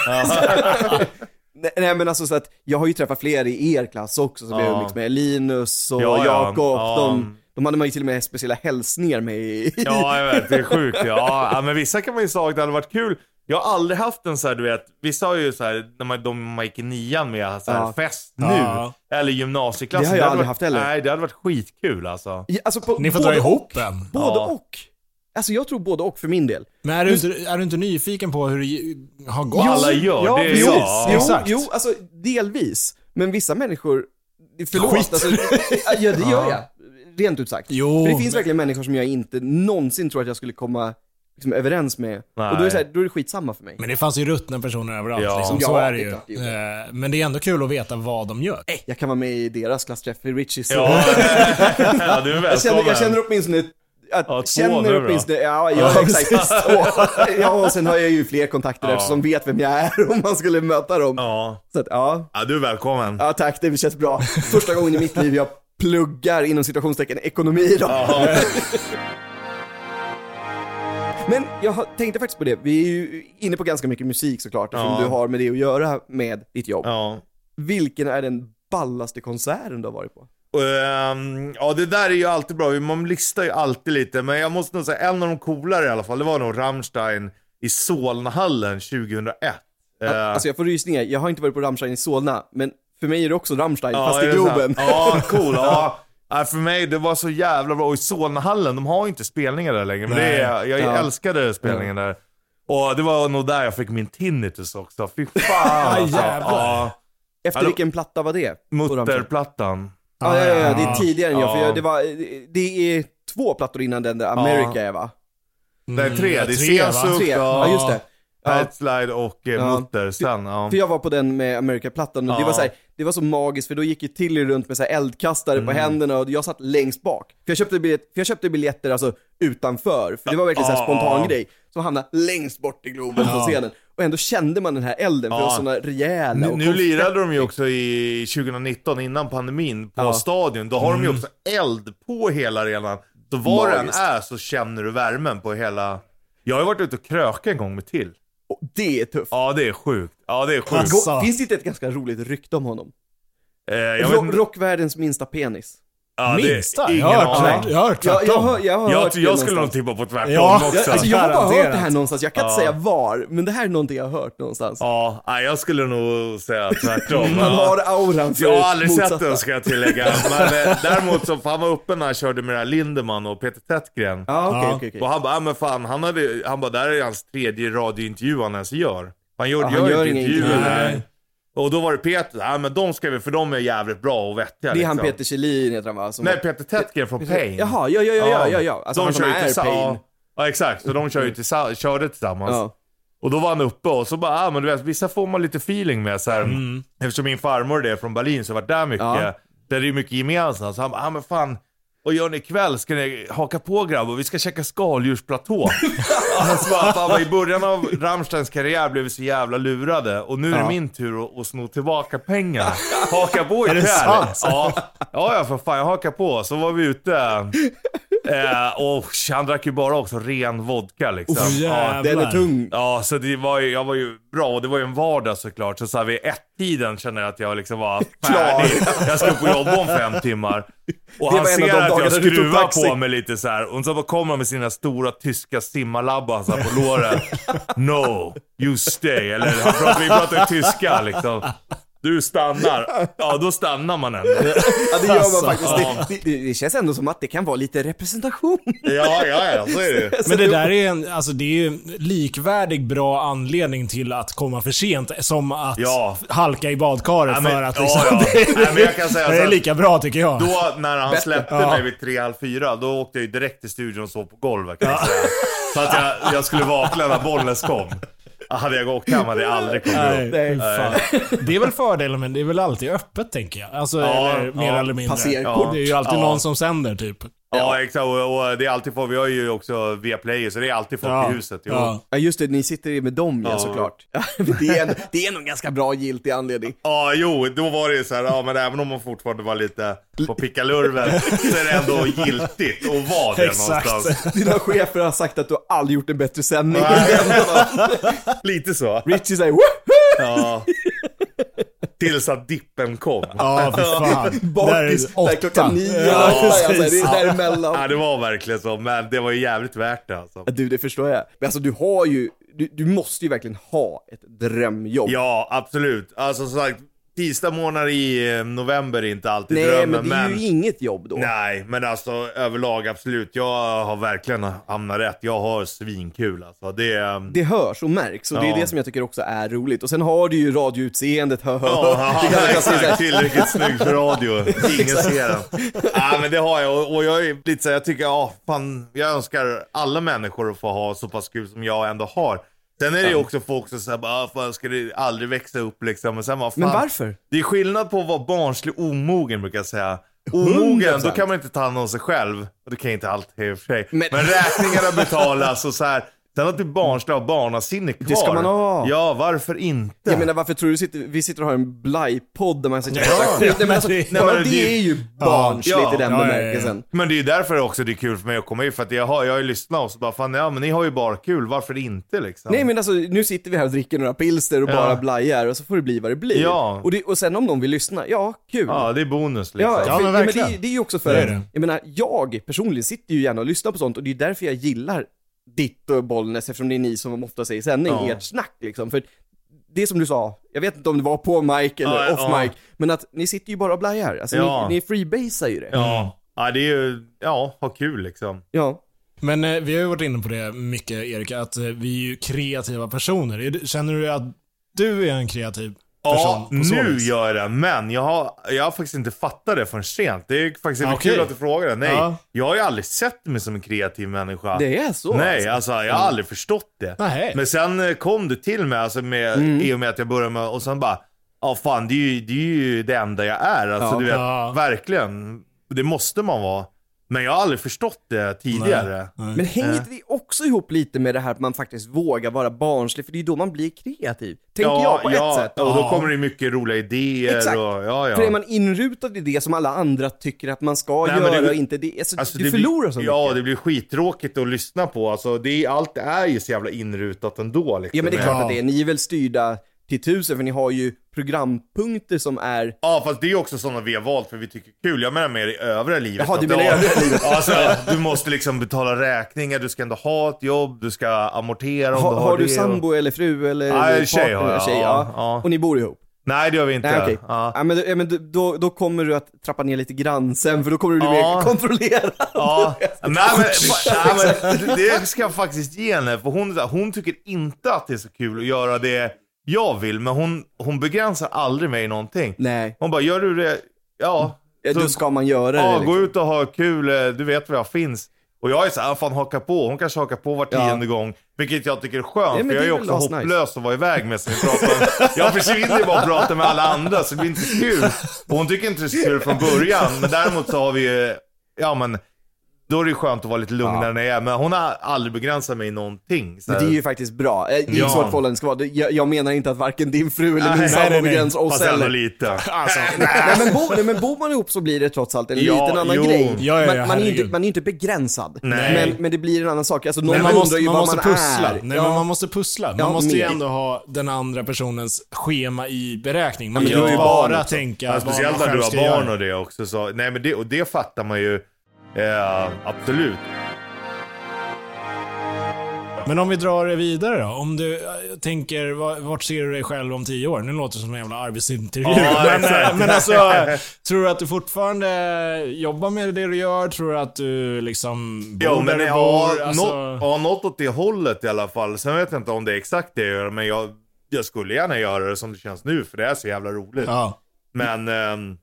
Nej, Nej men alltså så att jag har ju träffat fler i er klass också som
Ja.
är liksom med Linus och
Ja, ja.
Jakob.
Ja.
De, de hade man ju till och med speciella hälsningar med i.
Ja, jag vet. Det är sjukt. Ja, ja, men vissa kan man ju säga att det hade varit kul. Jag har aldrig haft en så här, du vet, vissa har ju så här, när man, de man gick i nian med så här,
Ja.
fest nu,
Ja.
eller gymnasieklassen.
Det har jag
hade
aldrig
varit,
haft heller.
Nej, det hade varit skitkul alltså.
Ja, Alltså, på,
Ni får
både
dra ihop
och.
en.
Både
Ja.
och. Alltså jag tror både och för min del.
Men är du, inte, är du inte nyfiken på hur det ju- har gått?
Jo.
Alltså-
alla gör, det är
precis.
jag.
Jo,
Exakt.
jo, alltså delvis. Men vissa människor, förlåt,
Skit.
alltså, ja det gör jag. Rent ut sagt.
Jo,
För det finns
men-
verkligen människor som jag inte någonsin tror att jag skulle komma liksom, överens med. Och då är, det
Nej.
så här, då är det skitsamma för mig.
Men det fanns ju ruttna personer överallt.
Ja.
Liksom. Så
Ja,
är det
det är
ju.
klart det
Eh, Men det är ändå kul att veta vad de gör.
Jag kan vara med i deras klassträff i Richies.
Ja, ja du är välkommen.
jag, känner, jag känner åtminstone att,
Ja, två nu
känner
då.
åtminstone, ja, ja, exakt. Så, ja, och sen har jag ju fler kontakter där som vet vem jag är om man skulle möta dem.
Ja.
Så att, ja,
ja, du är välkommen.
Ja tack, det känns bra. Första gången i mitt liv jag pluggar inom situationstecken ekonomi då. Men jag har- tänkte faktiskt på det, vi är ju inne på ganska mycket musik såklart, eftersom
Ja.
du har med det att göra med ditt jobb.
Ja.
Vilken är den ballaste konserten du har varit på?
Och, ehm, ja, det där är ju alltid bra. Man listar ju alltid lite, men jag måste nog säga en av de coolare i alla fall, det var nog Rammstein i Solnahallen 2001. Eh,
Alltså jag får rysningar, jag har inte varit på Rammstein i Solna, men för mig är det också Rammstein,
Ja,
fast i
är det
Globen.
sant? Ja, cool. Ja. Ja, för mig, det var så jävla bra. Och i Solnahallen, de har ju inte spelningar där längre. Men det är, jag
Ja.
älskade spelningen där. Och det var nog där jag fick min tinnitus också. Fy fan alltså.
jävlar.
Ja,
Efter
Ja, då-
vilken platta var det? på Rammstein?
Mutterplattan.
Ja, ja, ja, det är tidigare än jag, för
Ja.
jag, det, var, det är två plattor innan den där, America är va?
Nej, tre. Det är
Mm, tre, va?
Sensucht,
Tre, ja just det. Ja.
Slide och eh,
Ja.
Mutter sen. Ja.
För jag var på den med America-plattan och det
Ja.
var så här, det var så magiskt för då gick ju Tilly runt med så här eldkastare på
Mm.
händerna och jag satt längst bak. För jag köpte, biljett, för jag köpte biljetter alltså utanför, för det var verkligen så här
Ja.
spontan grej. Så man hamnade längst bort i Globen på scenen. Och ändå kände man den här elden, för det var
Ja.
sådana rejäla
Ah. Nu,
och
nu lirade de ju också i 2019, innan pandemin, på
Ja.
stadion. Då har de ju också eld på hela arenan. Så var den
Magiskt.
är så känner du värmen på hela... Jag har ju varit ute och kröka en gång med till.
och det är tufft.
Ja, det är sjukt. Ja, det är sjukt.
Alltså,
Gå- Finns det inte ett ganska roligt rykte om honom?
Eh, jag vet
Ro
inte-
rockvärldens minsta penis.
ja, det-
Minsta? Jag
Ingen
har hört,
aning.
jag har hört
Jag, jag,
tvärtom.
har- jag har
Jag,
hört
jag,
det
skulle nog
någonstans.
tippa på tvärtom
Ja.
också.
jag, alltså, jag har bara hört det här
Garanterat.
någonstans, jag kan inte
Ja.
säga var, men det här är någonting jag har hört någonstans.
Ja, nej, jag skulle nog säga tvärtom.
Han
Ja.
har auran för
Jag har aldrig
motsatta.
sett den ska jag tillägga. Men eh, däremot så, för han var uppe när han körde med det här Lindemann och Peter Tättgren.
Ja, okej,
Ja.
okej, okej.
Och han bara, ah, men fan, han, hade, han bara, där är hans tredje radiointervju han ens gör. Han gör,
Ja, han
gör,
gör
inte
inga
intervjuer.
intervjuer.
Nej. Och då var det Peter, ja ah, men de ska vi, för de är jävligt bra och vettiga
Det är han
liksom.
Peter Kjellin heter han va? Som
Nej, Peter Tättgren från Pain.
Jaha, ja, ja, ja, ja, ja, ja. Alltså han som
ju
är
tillsa-
Pain.
Ja, ja, exakt. Så de kör ju tillsa- körde tillsammans.
Ja.
Och då var han uppe och så bara, ah, men du vet, vissa får man lite feeling med så här.
Mm.
Eftersom min farmor är från Berlin så har jag varit där mycket.
Ja.
Där är det ju mycket gemensamt. Så han bara, ah, men fan. Vad gör ni ikväll? Ska ni haka på grabbar? Vi ska käka skaldjursplatå. alltså, bara, fan, vad I början av Rammsteins karriär blev vi så jävla lurade och nu är
Ja.
det min tur att, att sno tillbaka pengarna. Haka på
Är det
ikväll.
sant?
Ja, ja, ja, för fan jag hakar på. Så var vi ute. Eh, och han drack ju bara också ren vodka liksom.
Uff,
ja,
Den är tung.
Ja, så det var ju, jag var ju bra och det var ju en vardag såklart. Så, så här, vid ett-tiden kände jag att jag liksom var färdig. jag ska upp och jobba om fem timmar. Och
Det var
han
en av
ser
de
att
dagarna
jag
du tog taxi.
skruvar på mig lite så här. Och så bara kommer han med sina stora tyska simmalabbar så här, på låren. No, you stay. Eller han pratar, vi pratar ju tyska liksom. Du stannar. Ja, då stannar man ändå.
Ja, det gör man
Alltså,
faktiskt.
ja.
Det, det, det känns ändå som att det kan vara lite representation.
Ja, ja, ja, så är det ju.
Men det där är en, alltså det är ju en likvärdig bra anledning till att komma för sent som att
Ja.
halka i badkaret
Ja, men-
för att
ja,
liksom,
ja.
Det, är-
Nej, men jag kan säga
det
så
är
att-
lika bra tycker jag.
Då när han släppte
Ja.
mig vid tre, halv fyra, då åkte jag ju direkt till studion och sov på golvet kan jag säga. Så att jag, jag skulle vakna när Bollnäs kom. Hade jag åkt hem hade jag aldrig kommit
Nej,
upp.
fy fan. Det är väl fördelen men det är väl alltid öppet tänker jag. Alltså
Ja,
eller, mer
ja.
eller mindre.
Passerkort.
Det är ju alltid
Ja.
någon som sänder typ.
Ja, exakt. Och, och det är alltid folk, vi har ju också via player så det är alltid folk i huset. Jo. Ja.
Ja.
Ja just det, ni sitter ju med dem ja, såklart. Ja, men det, är en, det är nog en ganska bra giltig anledning.
jo, då var det ju så här, ja men även om man fortfarande var lite på pickalurven så är det ändå giltigt att vara det
Exakt.
någonstans.
Dina chefer har sagt att du har aldrig gjort en bättre sändning.
Lite så.
Richie säger woho!
Ja. Tills att dippen kom.
Ja, för fan.
Bakis, där klockan nio,
Ja,
ja, alltså, det
precis.
är däremellan.
Ja, det var verkligen så, men det var ju jävligt värt det alltså.
Du, det förstår jag. Men alltså du har ju, du, du måste ju verkligen ha ett drömjobb.
Ja, absolut. Alltså som sagt, tisdag månad i eh, november är inte alltid
Nej,
drömmen,
men det är ju inget jobb då.
Nej, men alltså överlag absolut. Jag har verkligen hamnat rätt. Jag har svinkul alltså. Det, är-
Det hörs och märks och det är
Ja.
det som jag tycker också är roligt. Och sen har du ju radioutseendet, hö, hö, hö.
Ja,
Det kan jag säga så här,
exakt. Tillräckligt snygg för radio. Ingen ser den. Ja, men det har jag. Och- Och jag är lite så här, jag tycker, ja, fan, jag önskar alla människor att få ha så pass kul som jag ändå har. Sen är det ju också folk som säger, bara, ah, fan, ska du aldrig växa upp liksom? Men sen vad fan.
Men varför?
Det är skillnad på att vara barnslig och omogen brukar jag säga. Omogen, då kan man inte ta hand om sig själv. Och det kan jag inte alltid i och för sig.
Men-
Men, räkningarna betalas och så här. Sen att du är barnslig och har barnasinne kvar.
Det ska man ha.
Ja, varför inte?
Jag menar varför tror du sitter, vi sitter och har en blajpodd där man sitter och
Ja.
pratar skit? Nej, men alltså,
Nej, men
bara
det-
det är ju barnsligt
Ja,
i den
ja, ja, ja.
bemärkelsen.
Men det är ju därför också det är kul för mig att komma hit. För att jag har, jag har ju lyssnat och så bara, fan ja men ni har ju bara kul, varför inte liksom?
Nej men alltså nu sitter vi här och dricker några pilster och
Ja.
bara blajar och så får det bli vad det blir.
Ja.
Och, det, och sen om någon vill lyssna, ja kul.
Ja, det är bonus liksom.
Ja,
Ja,
för, ja,
men
men det,
verkligen.
är- det är ju också för
Det är
att,
det.
jag menar, jag personligen sitter ju gärna och lyssnar på sånt och det är därför jag gillar ditt och Bollnäs eftersom det är ni som ofta säger i sändning,
Ja.
ert snack liksom. För det som du sa, jag vet inte om det var på mic eller
Ja,
off
ja.
mic, men att ni sitter ju bara och blajar. Alltså
Ja.
ni, ni freebasar ju det.
ja. det är ju, ja, ha kul liksom.
Ja.
Men eh, vi har ju varit inne på det mycket, Erik, att eh, vi är ju kreativa personer. Är du- Känner du att du är en kreativ person?
Ja,
på så
nu
vis?
gör jag det, men jag har, jag har faktiskt inte fattat det förrän sent. Det är ju faktiskt
Ah,
ah,
okej.
kul att du frågar det. Nej,
Ja.
jag har ju aldrig sett mig som en kreativ människa.
Det är så
Nej, alltså jag har aldrig förstått det.
Nej.
Men sen eh, kom det till mig, alltså med,
Mm.
i och med att jag började med, och sen bara, ja fan det är, ju, det är ju det enda jag är. Alltså
Ja.
du vet,
Ja.
verkligen. Det måste man vara. Men jag har aldrig förstått det tidigare.
Nej.
Men hänger inte det också ihop lite med det här att man faktiskt vågar vara barnslig? För det är ju då man blir kreativ. Tänker jag på ett
ja,
sätt.
Och då
Ja.
kommer det mycket roliga idéer
Exakt.
och ja, ja.
För är man inrutad i det som alla andra tycker att man ska
Nej, men
göra
det-
och inte, det, alltså,
Alltså,
du
det
förlorar
blir,
så mycket.
Ja, det blir skittråkigt att lyssna på. Alltså, det är, allt är ju så jävla inrutat ändå. Liksom.
Ja men det är klart
Ja.
att det är, ni är väl styrda till tusen för ni har ju programpunkter som är
Ja, fast det är också sådana vi har valt för vi tycker kul. Jag menar mer i övriga livet.
Jaha, du
Att du
menar
har-
övriga livet.
Ja, Alltså, du måste liksom betala räkningar, du ska ändå ha ett jobb, du ska amortera om
ha,
du
har du
det.
sambo eller fru eller
Nej, tjej
partner?
har jag,
Tjej,
ja,
ja.
ja.
Och ni bor ihop?
Nej, det gör vi inte.
Nej okej. Ja.
Ja.
men, då- ja, men då- då, då kommer du att trappa ner lite grann sen för då kommer du bli
Ja.
mer kontrollerad.
Ja, nej men, nej, men det ska jag faktiskt ge henne. För hon, hon tycker inte att det är så kul att göra det jag vill, men hon, hon begränsar aldrig mig i någonting.
Nej,
Hon bara, gör du det? Ja.
ja,
Så-
då ska man göra
Ja,
det.
gå
Liksom.
ut och ha kul. eh, Du vet var jag finns. Och jag är så här, fan haka på. Hon kanske hakar på var tionde gång. Vilket jag tycker är skönt,
men
för jag
det
är
är
också
väl asnice.
hopplös att vara iväg med. Som vi pratade om. Jag försvinner ju bara och pratar med alla andra, så det blir inte så kul. Och hon tycker inte det är så kul från början, men däremot så har vi ju, ja men, då är det ju skönt att vara lite lugnare när jag är. Men hon har aldrig begränsat mig i någonting. Så
Men
här.
det är ju faktiskt bra. Eh, Det är ju
Ja.
så att förhållandet ska vara. Det- Jag, jag menar inte att varken din fru eller min
Nej, nej,
sambo
nej.
begränsar oss
Fast ändå
heller.
lite.
Alltså,
Nej men, bo, nej men bor man ihop så blir det trots allt en
Ja,
liten annan
jo.
grej.
Ja, ja, ja,
man, man, är ju inte,
herregud.
man är ju inte begränsad.
Nej.
Men, men det blir en annan sak. Alltså, någon
Men man måste,
undrar ju
man
vad
måste
man
pussla.
är.
Nej,
ja.
men man måste pussla. Man
Ja,
måste ju
men-
ändå ha den andra personens schema i beräkning. Man
men
kan
du har
ju
ju barn
bara
också.
tänka
Ja,
vad man
speciellt när
själv
du har
ska
barn
göra.
och det också. Så, nej, men det, och det fattar man ju. Eh, absolut.
Men om vi drar det vidare då. Om du eh, tänker, va- vart ser du dig själv om tio år? Nu låter det som en jävla arbetsintervju.
Ja,
men,
exakt.
eh, men alltså, eh, tror du att du fortfarande jobbar med det du gör? Tror du att du liksom bor
Jo, men
där du
jag
bor?
har
Alltså,
nå- ja, något åt det hållet i alla fall. Sen vet jag inte om det är exakt det jag gör, men jag, jag skulle gärna göra det som det känns nu, för det är så jävla roligt.
ja.
Men, ehm,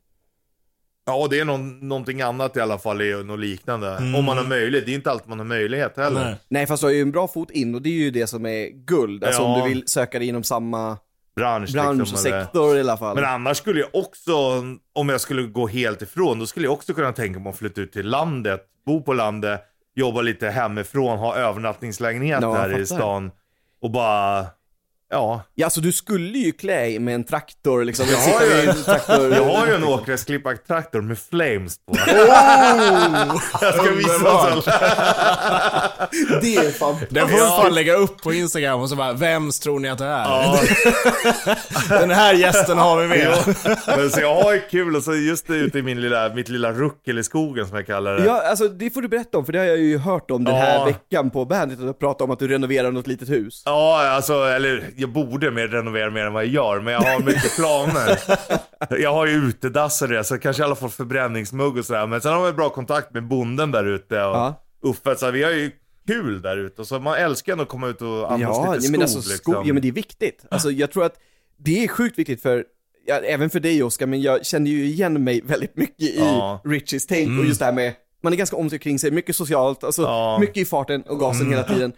ja, det är någon, någonting annat i alla fall, är något liknande.
Mm.
Om man har möjlighet. Det är inte alltid man har möjlighet heller.
Nej.
Nej fast du har ju en bra fot in och det är ju det som är guld. Alltså
Ja.
om du vill söka dig inom samma
bransch.
bransch
liksom,
och
eller-
sektor i alla fall.
Men annars skulle jag också, om jag skulle gå helt ifrån, då skulle jag också kunna tänka mig att flytta ut till landet, bo på landet, jobba lite hemifrån, ha övernattningslägenhet
Ja, jag
här
fattar.
i stan och bara, ja.
Ja, alltså du skulle ju klä dig med en traktor liksom. Jag
har ju-
traktor.
Jag har ju en åkgräsklippar-traktor med flames på. jag ska visa
Underbart.
oss alla.
Det är fan...
Den får vi fan lägga upp på Instagram och så bara, vems tror ni att det är? Den här gästen har vi med.
Men så jag har ju kul och så just det ute i min lilla, mitt lilla ruckel i skogen som jag kallar det.
Ja, alltså det får du berätta om, för det har jag ju hört om den här
Ja.
veckan på Bandit, och prata om att du renoverar något litet hus.
Ja, alltså, eller jag borde mer renovera mer än vad jag gör, men jag har mycket planer. Jag har ju utedass och det, så kanske i alla fall förbränningsmugg och sådär. Men sen har man ju bra kontakt med bonden där ute och
Ja.
Uffe, så vi har ju kul där ute. Och Så man älskar ändå att komma ut och andas
Ja,
lite skog
men alltså,
liksom.
sko- ja, men det är viktigt. Alltså, jag tror att det är sjukt viktigt för, ja, även för dig Oskar, men jag känner ju igen mig väldigt mycket i
Ja. Mm.
Richies tänk och just det här med, man är ganska om sig kring sig, mycket socialt, alltså
Ja. Mm.
mycket i farten och gasen hela tiden.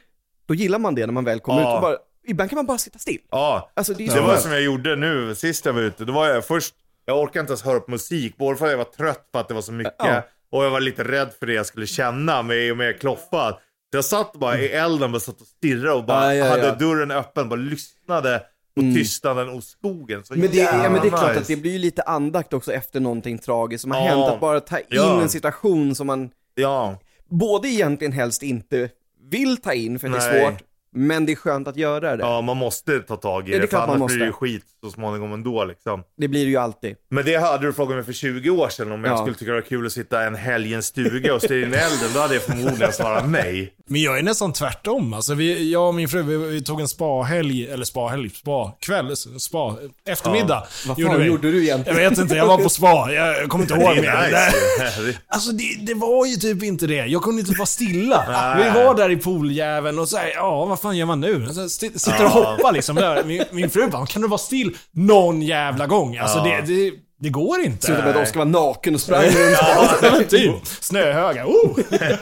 Då gillar man det när man väl kommer
Ja.
ut och bara, ibland kan man bara sitta still.
Ja,
Alltså, det är
det,
så
var
skönt.
som jag gjorde nu sist jag var ute. Då var jag först, jag orkade inte ens höra på musik, både för att jag var trött för att det var så mycket
Ja.
och jag var lite rädd för det jag skulle känna med i och med kloffa. Så jag satt bara i elden och satt och stirrade och bara
Ja, ja, ja.
hade dörren öppen, bara lyssnade på tystnaden och skogen. Så
Men det,
jävla
ja, men det är klart
nice.
att det blir ju lite andakt också efter någonting tragiskt som har
Ja.
hänt, att bara ta in
Ja.
en situation som man
Ja,
både egentligen helst inte vill ta in för det är
Nej.
svårt, men det är skönt att göra det.
ja, man måste ta tag
Ja,
i det,
det är
för
klart man
annars blir det ju
måste.
skit så småningom ändå liksom.
Det blir det ju alltid.
Men det hade du frågat mig för 20 år sedan om jag
Ja.
skulle tycka det var kul att sitta en helg i en stuga och stirra in i elden. Då hade jag förmodligen svarat nej.
Men jag är nästan tvärtom. Alltså vi, jag och min fru, vi, vi tog en spahelg, eller spahelg, spa, kväll, spa, eftermiddag.
Vad fan gjorde du egentligen?
Jag vet inte, jag var på spa. Jag kommer inte ihåg
Det
mer.
är
Nej.
nice ju.
Alltså det, det var ju typ inte det. Jag kunde inte vara stilla. Vi var där i pooljäveln och såhär, ja vad fan gör man nu? Så här, sti- sitter och hoppar liksom. Där. Min, min fru bara, kan du vara still någon jävla gång? Alltså det, det, det går
Ser ut
inte.
som att Oskar var naken och sprang runt.
Ja, typ. Snöhöga. Oh.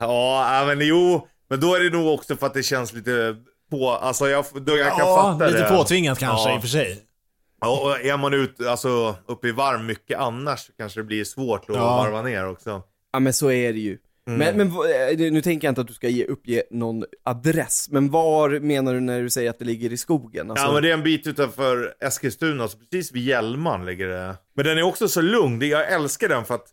Ja, ja, men jo. Men då är det nog också för att det känns lite på... Alltså jag, då jag kan
Ja,
fatta
lite
det.
påtvingat kanske
Ja.
i och för sig.
Ja, och är man ut, alltså, uppe i varm mycket annars så kanske det blir svårt att
Ja.
varva ner också.
Ja men så är det ju.
Mm.
Men, men vad- eh, nu tänker jag inte att du ska ge, uppge någon adress, men var menar du när du säger att det ligger i skogen? Alltså,
Ja, men det är en bit utanför Eskilstuna, så precis vid Hjälman ligger det. Men den är också så lugn. Det- Jag älskar den för att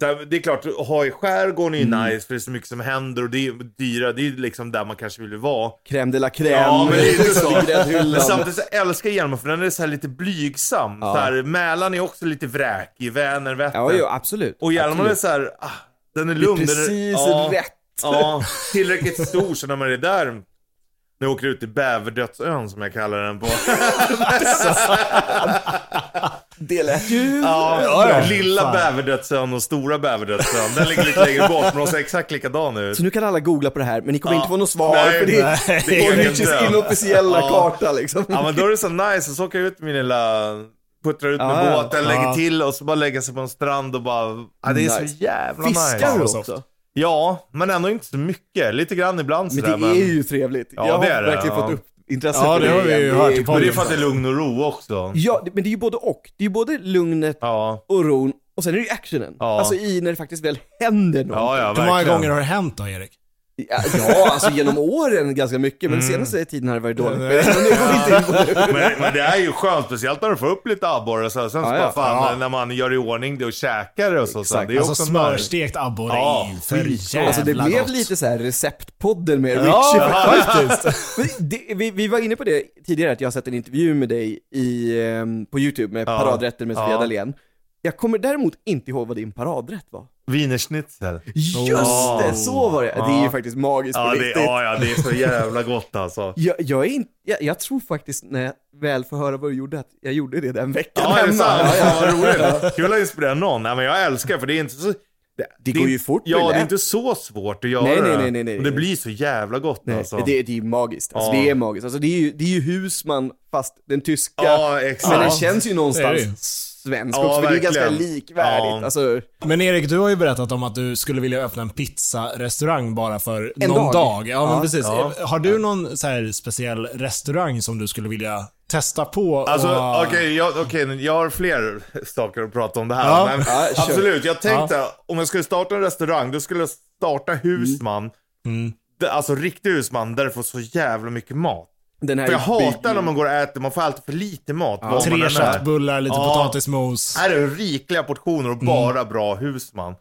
så här, det är klart, att ha i skärgården är ju
Mm.
nice för det är så mycket som händer och det är dyra. Det är ju liksom där man kanske vill vara.
Crème de la crème,
Ja, men det är lite så.
gräddhyllan.
Men samtidigt så älskar jag Hjelmen för den är så här lite blygsam. Så här, Mälaren är också lite vräkig, Vänern, Vättern.
Ja, jo, absolut.
och Hjelmen är
Absolut.
så här, ah, den är lugn. den
precis rätt.
Ja, tillräckligt stor så när man är där, när jag åker ut till Bäverdödsön som jag kallar den på.
Det lät ju...
Ja,
ja.
lilla
Fan.
Bäverdödsön och stora Bäverdödsön. Den ligger lite längre bort men de ser exakt likadana ut.
Så nu kan alla googla på det här, men ni kommer inte få något svar,
Nej,
för det är,
nej.
det är
Det är
Richies
ingen dröm.
inofficiella
Ja.
karta liksom.
Ja men då är det så nice, och så åker jag ut min lilla, puttrar ut med
Ja, Ah, ja.
båten, lägger till och så bara lägger sig på en strand och bara, ja, det är
Nice.
så jävla
Fiskar du
nice.
också?
Ja, men ändå inte så mycket. Lite grann ibland
Men
sådär.
det är ju trevligt.
Ja,
jag har
det är det,
verkligen
ja.
fått upp intresset
Ja,
för
det har vi
igen.
ju
Det är
hört i podden.
men det är för att det är lugn och ro också.
Ja, det- men det är ju både och. Det är ju både lugnet
Ja,
och ron och sen är det ju actionen.
Ja.
Alltså i när det faktiskt väl händer något.
ja,
Hur
ja verkligen.
många gånger har det hänt då, Erik?
Ja, ja, alltså genom åren ganska mycket, men
Mm.
senaste tiden har det varit dåligt. Men nu går vi inte in på det.
Men, men det är ju skönt, speciellt när du får upp lite abborre och så. Sen så
Ja,
bara
ja.
fan, när man gör i ordning det och käkar det och så. så
Exakt.
det är
Alltså
också nice.
smörstekt abborre
Ja,
i. För jävla
Alltså det blev
gott.
lite så här receptpodden med Richie
Ja,
faktiskt.
faktiskt.
Men det, vi, vi var inne på det tidigare, att jag har sett en intervju med dig i, ehm, på YouTube med
Ja.
paradrätten med Sofia
Ja.
Dalén. Jag kommer däremot inte ihåg vad din paradrätt var.
Wienerschnitzel.
Just det, så var det! Det är ju faktiskt magiskt
Ja
på
det,
riktigt.
ja, ja, det är så jävla gott alltså.
Jag, jag, är in, jag, jag tror faktiskt när jag väl får höra vad du gjorde, att jag gjorde det den veckan
Ja, är det
hemma.
sant?
Ja, ja.
Fan, vad roligt. Kul att inspirera någon. Nej, men jag älskar för det är inte så... Det,
går
är-
ju fort,
Ja,
eller?
det är inte så svårt att göra
Nej, nej,
det.
nej, nej, nej.
Och det blir så jävla gott alltså.
Det, det är ju magiskt. Alltså,
Ja.
Det är magiskt. Alltså, det, är ju, det är ju Husman, fast den tyska.
Ja, exakt.
Men den
Ja.
känns ju någonstans
Det är det ju.
svensk
Ja,
också, för det är ju ganska
verkligen.
likvärdigt.
Ja.
Alltså,
Men Erik, du har ju berättat om att du skulle vilja öppna en pizzarestaurang bara för
En
någon
dag.
dag. Ja, men
Ja.
precis. Har du någon så här speciell restaurang som du skulle vilja testa på och...
Alltså, okej, jag, okej, jag har fler saker att prata om det här.
Ja.
Men,
Ja, kör.
absolut, jag tänkte om jag skulle starta en restaurang, då skulle jag starta husman.
Mm.
D- Alltså riktig husman, där du får så jävla mycket mat.
Den här
För jag
bygg-
hatar när man går och äter, man får alltid för lite mat. Ja.
Tre köttbullar, lite
Ja.
potatismos.
Här är rikliga portioner och bara
Mm.
bra husman.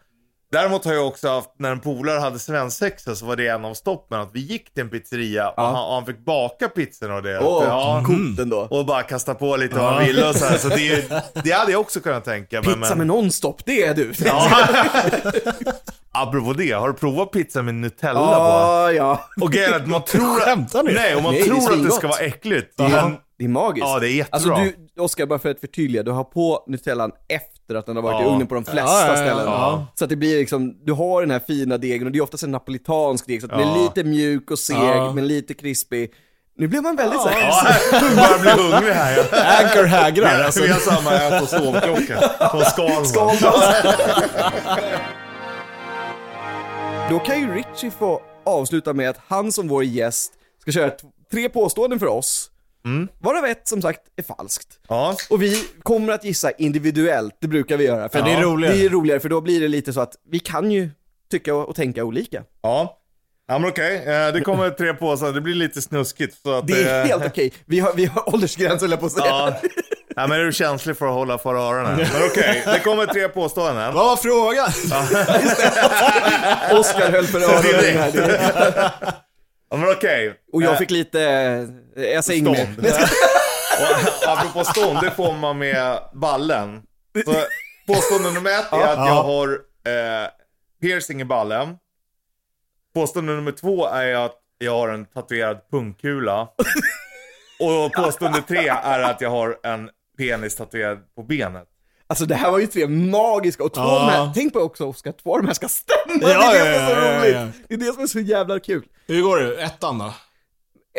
Däremot har jag också haft, när en polare hade svensexa så var det en av stoppen att vi gick till en pizzeria och han, och han fick baka pizzorna och det.
Åh,
ja.
Mm.
coolt ändå.
Och bara kasta på lite vad han ville och så här. Så det, är ju- det hade jag också kunnat tänka mig.
Pizza med nonstop, det är du. Ja,
Apropå det, har du provat pizza med Nutella på?
ja. ja.
Och grejen är att man tror att...
Skämtar ni?
Nej, och man
Nej, det är
tror att det
svingott.
ska vara äckligt.
Ja,
Men
det är magiskt.
Ja, det är jättebra.
Alltså du, Oskar, bara för att förtydliga, du har på Nutellan efter att den har varit
Ja.
i ugnen på de flesta
Ja, ja, ja,
ställen.
ja.
Så att det blir liksom, du har den här fina degen och det är oftast en napolitansk deg, så att den
Ja.
är lite mjuk och seg,
Ja.
men lite krispig. Nu blir man väldigt såhär,
Ja, jag börjar bli hungrig här. Jag,
Anchor hägrar alltså.
vi har samma ät och sovklocka. Från Skalman.
Då kan ju Richie få avsluta med att han som vår gäst ska köra t- tre påståenden för oss,
Mm.
varav ett som sagt är falskt.
Ja.
Och vi kommer att gissa individuellt, det brukar vi göra. För
Ja, det är roligare.
Det är roligare för då blir det lite så att vi kan ju tycka och och tänka olika.
Ja. Ja men okej, Eh, det kommer tre påsar. Det blir lite snuskigt. Så att,
Det är
eh,
helt okej. Vi, har, vi har åldersgräns höll jag på att säga.
Ja. ja men är du känslig för att hålla för öronen? Men okej, det kommer tre påståenden.
Vad var frågan?
Oskar höll för öronen här.
Ja, men okej.
Och
Eh,
jag fick lite, eh, jag säger inget mer.
stånd. Och apropå stånd, det får man med ballen. Så påstående nummer ett är att jag har eh, piercing i ballen. Påstående nummer två är att jag har en tatuerad pungkula. Och påstående tre är att jag har en penis tatuerad på benet.
Alltså det här var ju tre magiska och två
Ja.
av de här, tänk på också Oskar, två av de här ska stämma. det
Ja,
är det
ja,
som är så
ja, ja,
roligt.
ja.
Det är det som är så jävla kul.
Hur går det? Ettan då?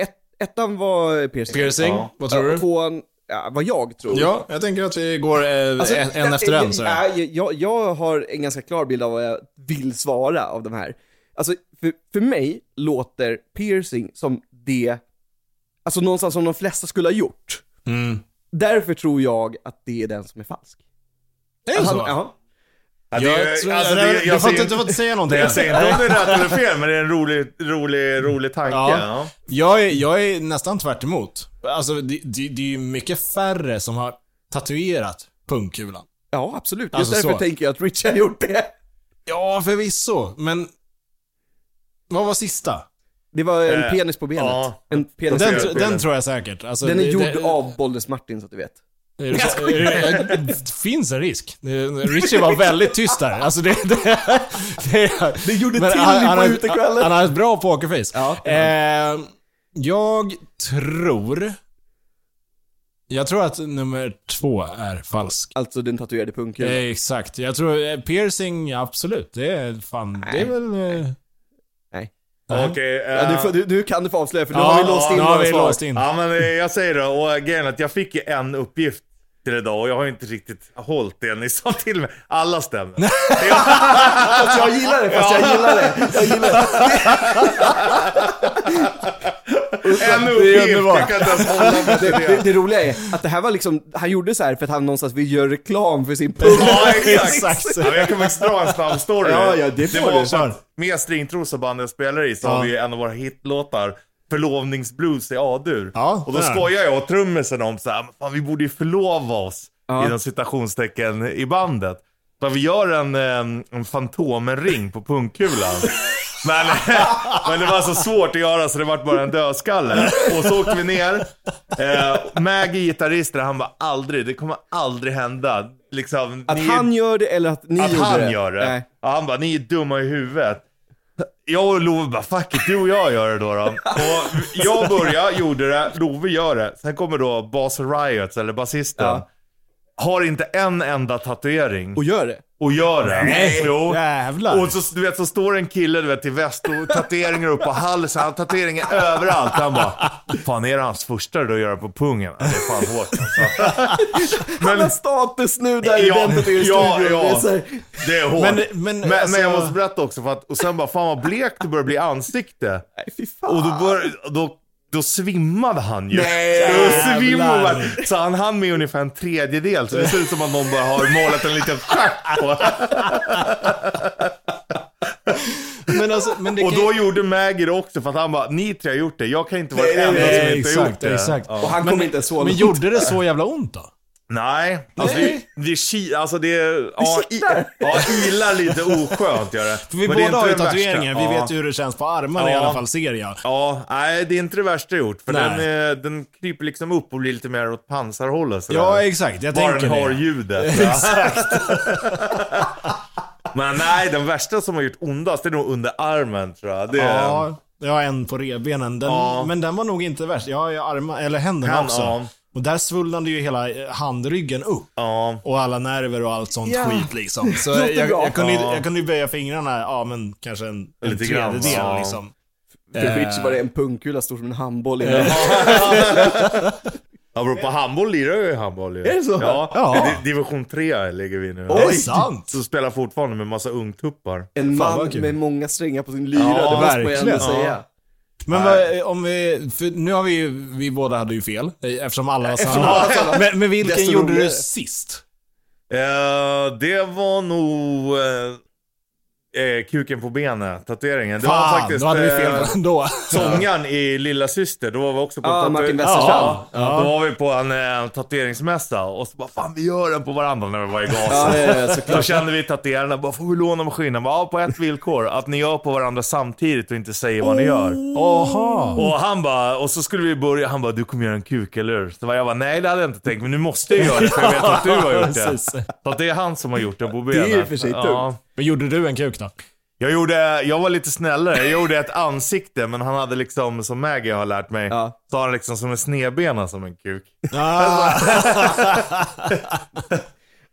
Ett, ettan var piercing.
Piercing?
Ja.
Vad tror
Ja, och
du?
Tvåan, ja, vad jag tror.
Ja, jag tänker att vi går eh,
Alltså,
en, en
jag-
efter en.
jag-
Så.
nej, Jag, jag har en ganska klar bild av vad jag vill svara av de här. Alltså, för, för mig låter piercing som det, alltså någonstans som de flesta skulle ha gjort.
Mm.
Därför tror jag att det är den som är falsk.
Är det
Han-
så?
ja.
Ja, det,
Jag
är-
tror-
alltså, det,
Du
jag,
får inte-
säger,
du
inte-
får inte säga någonting.
jag säger inte om det är rätt eller fel, men det är en rolig, rolig, rolig tanke.
Ja.
Ja.
Jag är, jag är nästan tvärt emot. Alltså, det, det, det är ju mycket färre som har tatuerat pungkulan.
ja, absolut. Just
Alltså,
därför
så.
tänker jag att Rich har gjort det.
Ja, förvisso, men... Vad var sista?
Det var en
Eh,
penis på benet.
ja.
En penis på
Den,
benet.
tr- den tror jag säkert. Alltså,
Den är
det-
gjord
det-
av Bollnäs Martin så att du vet.
Är det så- är det- Det finns en risk. Det- Richie var väldigt tyst där. Alltså det, det, det,
Det gjorde
Men
till på
har-
utekvällen.
Han har ett bra pokerface.
Ja.
Eh, jag tror... Jag tror att nummer två är falsk.
Alltså den tatuerade punken.
Eh, exakt. Jag tror eh, piercing, ja, absolut. Det är fan, det är väl... Eh,
Nej.
Okej.
Ja,
eh,
du, får- du, du kan du få avslöja för nu har vi låst in
nu
våra
har vi
svar.
låst in.
Ja men eh, jag säger det, och grejen är att jag fick ju en uppgift till idag och jag har inte riktigt hållit det ni sa till mig. Alla stämmer.
Fast jag gillar det, fast jag gillar det. Jag gillar det.
En uppgift,
underbart.
jag kan inte ens hålla mig till
Det, det,
det.
det roliga är att det här var liksom, han gjorde så här för att han någonstans vill göra reklam för sin pung.
Ja exakt.
Exakt.
Ja, men jag kan faktiskt dra en snabb story.
Ja, ja, det får
var
du.
för att Med Stringtrosa bandet jag spelar i så har vi ju en av våra hitlåtar. Förlovningsblues i A-dur.
Ja,
och då
där.
skojar jag och trummisen om så här, "Men fan, vi borde ju förlova oss.
Ja.
Inom citationstecken i bandet. Så vi gör en, eh, en Fantomen-ring på pungkulan. Men, men det var så svårt att göra så det var bara en dödskalle. Och så åkte vi ner. Eh, Maggie, gitarristen, han bara aldrig, det kommer aldrig hända. Liksom,
Att
ni-
han gör det eller att ni
att
gjorde
han
det.
gör det.
Nej.
Ja, han bara, ni är dumma i huvudet. Jag och Love bara, fuck it, du och jag gör det då. då. Och jag börjar, gjorde det, Love gör det. Sen kommer då Bas Riots, eller basisten.
Ja.
Har inte en enda tatuering
Och gör det.
och gör det.
Nej,
Jo.
jävlar.
Och så, du vet, så står en kille du vet, i väst och tatueringar upp på halsen. Han har tatueringar överallt. Han bara, fan är det hans första du gör på pungen? Ja, Det är fan hårt alltså.
Han har
Men
status nu där i
Ja,
väntet i er
ja,
studio.
ja.
Det är så här,
det är hårt.
Men-
Men,
men,
men,
alltså-
jag måste berätta också, för att, och sen bara, fan vad blekt det börjar bli i ansikte.
nej, fy
Och
fan.
då, bör, då då svimmade han ju.
Nej,
Då svimmade
jävlar.
han. Så han hann med ungefär en tredjedel, så det ser ut som att någon bara har målat en liten stjärt på.
Men, alltså, men det
Och
kan
då gjorde Maggie det också, för att han bara, ni tre har gjort det, jag kan inte vara
Nej,
den enda
nej,
som
nej,
inte
exakt,
har gjort det.
exakt.
Och han kommer inte ens så
men
långt.
gjorde det så jävla ont då?
Nej, alltså
Nej.
det, det, ki, alltså det, ja, i,
kittlar.
ja, ilar lite oskönt gör det.
För vi
Men det är
båda har ju
inte det
tatueringar,
värsta.
vi
ja.
vet ju hur det känns på armarna i
Ja.
alla fall, ser jag.
Ja, nej det är inte det värsta jag gjort. För
Nej.
den, eh, den kryper liksom upp och blir lite mer åt pansarhållet. sådär.
Ja, exakt. Jag
Bara
tänker
den har
det.
ljudet. ja. Men nej, den värsta som har gjort ondast, det är nog under armen tror jag. Det,
Ja, jag har en på revbenen. Den,
Ja.
Men den var nog inte värst. Jag har ju armar, eller händerna
Hand-
också.
ja.
Och där svullnade ju hela eh, handryggen upp.
ja.
Och alla nerver och allt sånt
Ja.
skit liksom. Så
Låter
jag, jag,
bra.
kunde, ju-
Ja.
jag kunde ju böja fingrarna, ja men kanske en, en
Lite grann,
tredjedel
ja.
liksom.
För
Eh.
Fritz var det en pungkula stor som en handboll innan.
Ja, beror på handboll lirar jag ju handboll ju.
Är det så?
Ja.
Ja.
Di- Division 3 ligger vi nu.
Det är
Oj.
sant!
Så spelar fortfarande med massa ungtuppar.
En
Fan,
man
vad kul.
med många strängar på sin lyra,
Ja,
det måste man ju ändå
verkligen.
säga.
Men vad, om vi, för nu har vi ju- vi båda hade ju fel, eh, eftersom alla har samma. Men, men vilken
Desto
gjorde du
roligare.
sist?
Eh, det var nog... eh, Eh, kuken på benet, tatueringen. Det var
Fan,
faktiskt...
då hade vi
eh,
fel ändå.
Sångaren i Lilla Syster, då var vi också på
Ja,
tatu-
Martin Westerstrand.
ja, Då var vi på en, eh, tatueringsmässa och så bara fan vi gör den på varandra när vi var i
Ja,
gasen.
ja, ja, såklart.
Då kände vi tatuerarna, bara får vi låna maskinen? Bara, ja, på ett villkor, att ni gör på varandra samtidigt och inte säger vad ni gör.
Jaha.
Och han bara, och så skulle vi börja, han bara du kommer göra en kuk eller hur? Så var jag bara, nej det hade jag inte tänkt, men nu måste jag göra det för jag vet att du har gjort det.
Precis.
Så att det är han som har gjort det på
är
benet.
ju för sig tungt.
Men gjorde du en kuk då?
Jag, gjorde, jag var lite snällare. Jag gjorde ett ansikte, men han hade liksom, som Maggie har lärt mig,
Ja.
så har han liksom som en snedbena som en kuk.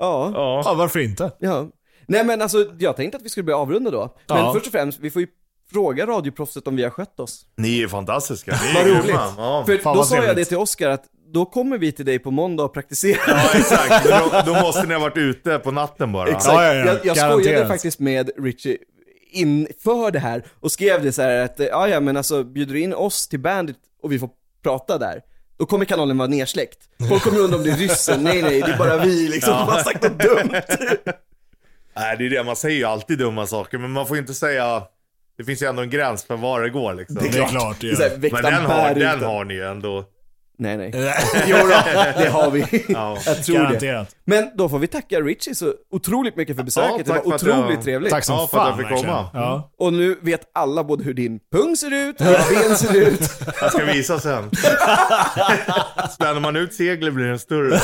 Ja.
Ja.
Ja, varför inte?
Ja. Nej men alltså, jag tänkte att vi skulle börja avrunda då. Men
Ja.
först och främst, vi får ju fråga radioproffset om vi har skött oss.
Ni är fantastiska. Ni är
Vad
grymma.
roligt.
Ja.
För
Fan,
då
vad
sa jag det
trevligt.
till Oscar att då kommer vi till dig på måndag och praktiserar.
ja, exakt. Men Då, då måste ni ha varit ute på natten bara.
Exakt.
ja, ja,
jag jag skojade
garanterat.
faktiskt med Richie inför det här och skrev det så här att, eh, ja ja men alltså bjuder du in oss till bandet och vi får prata där, då kommer kanalen vara nersläckt. Folk kommer undra om det är ryssen, nej nej det är bara vi liksom, som har sagt något dumt.
Nej, det är det. Man säger ju alltid dumma saker, men man får ju inte säga... Det finns ju ändå en gräns för var det går liksom.
Det är klart.
Det är så här,
Ja.
väkta
men den har,
bär
den
ute.
har ni ju ändå.
Nej nej. Jo då, det har vi. Jag tror det.
Garanterat.
Men då får vi tacka Richie så otroligt mycket för besöket.
Ja,
det var
tack för att jag-
otroligt trevligt.
Tack som
Ja, för att
fan
jag fick
verkligen.
komma.
Ja.
Och nu vet alla både hur din pung ser ut, hur ditt ben ser ut.
Jag ska visa sen. Spänner man ut seglet blir den större.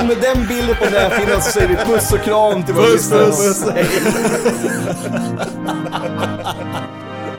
Och med den bilden på näthinnan så säger vi puss och kram till våra
Puss,
lyssnare.
puss.
Hej.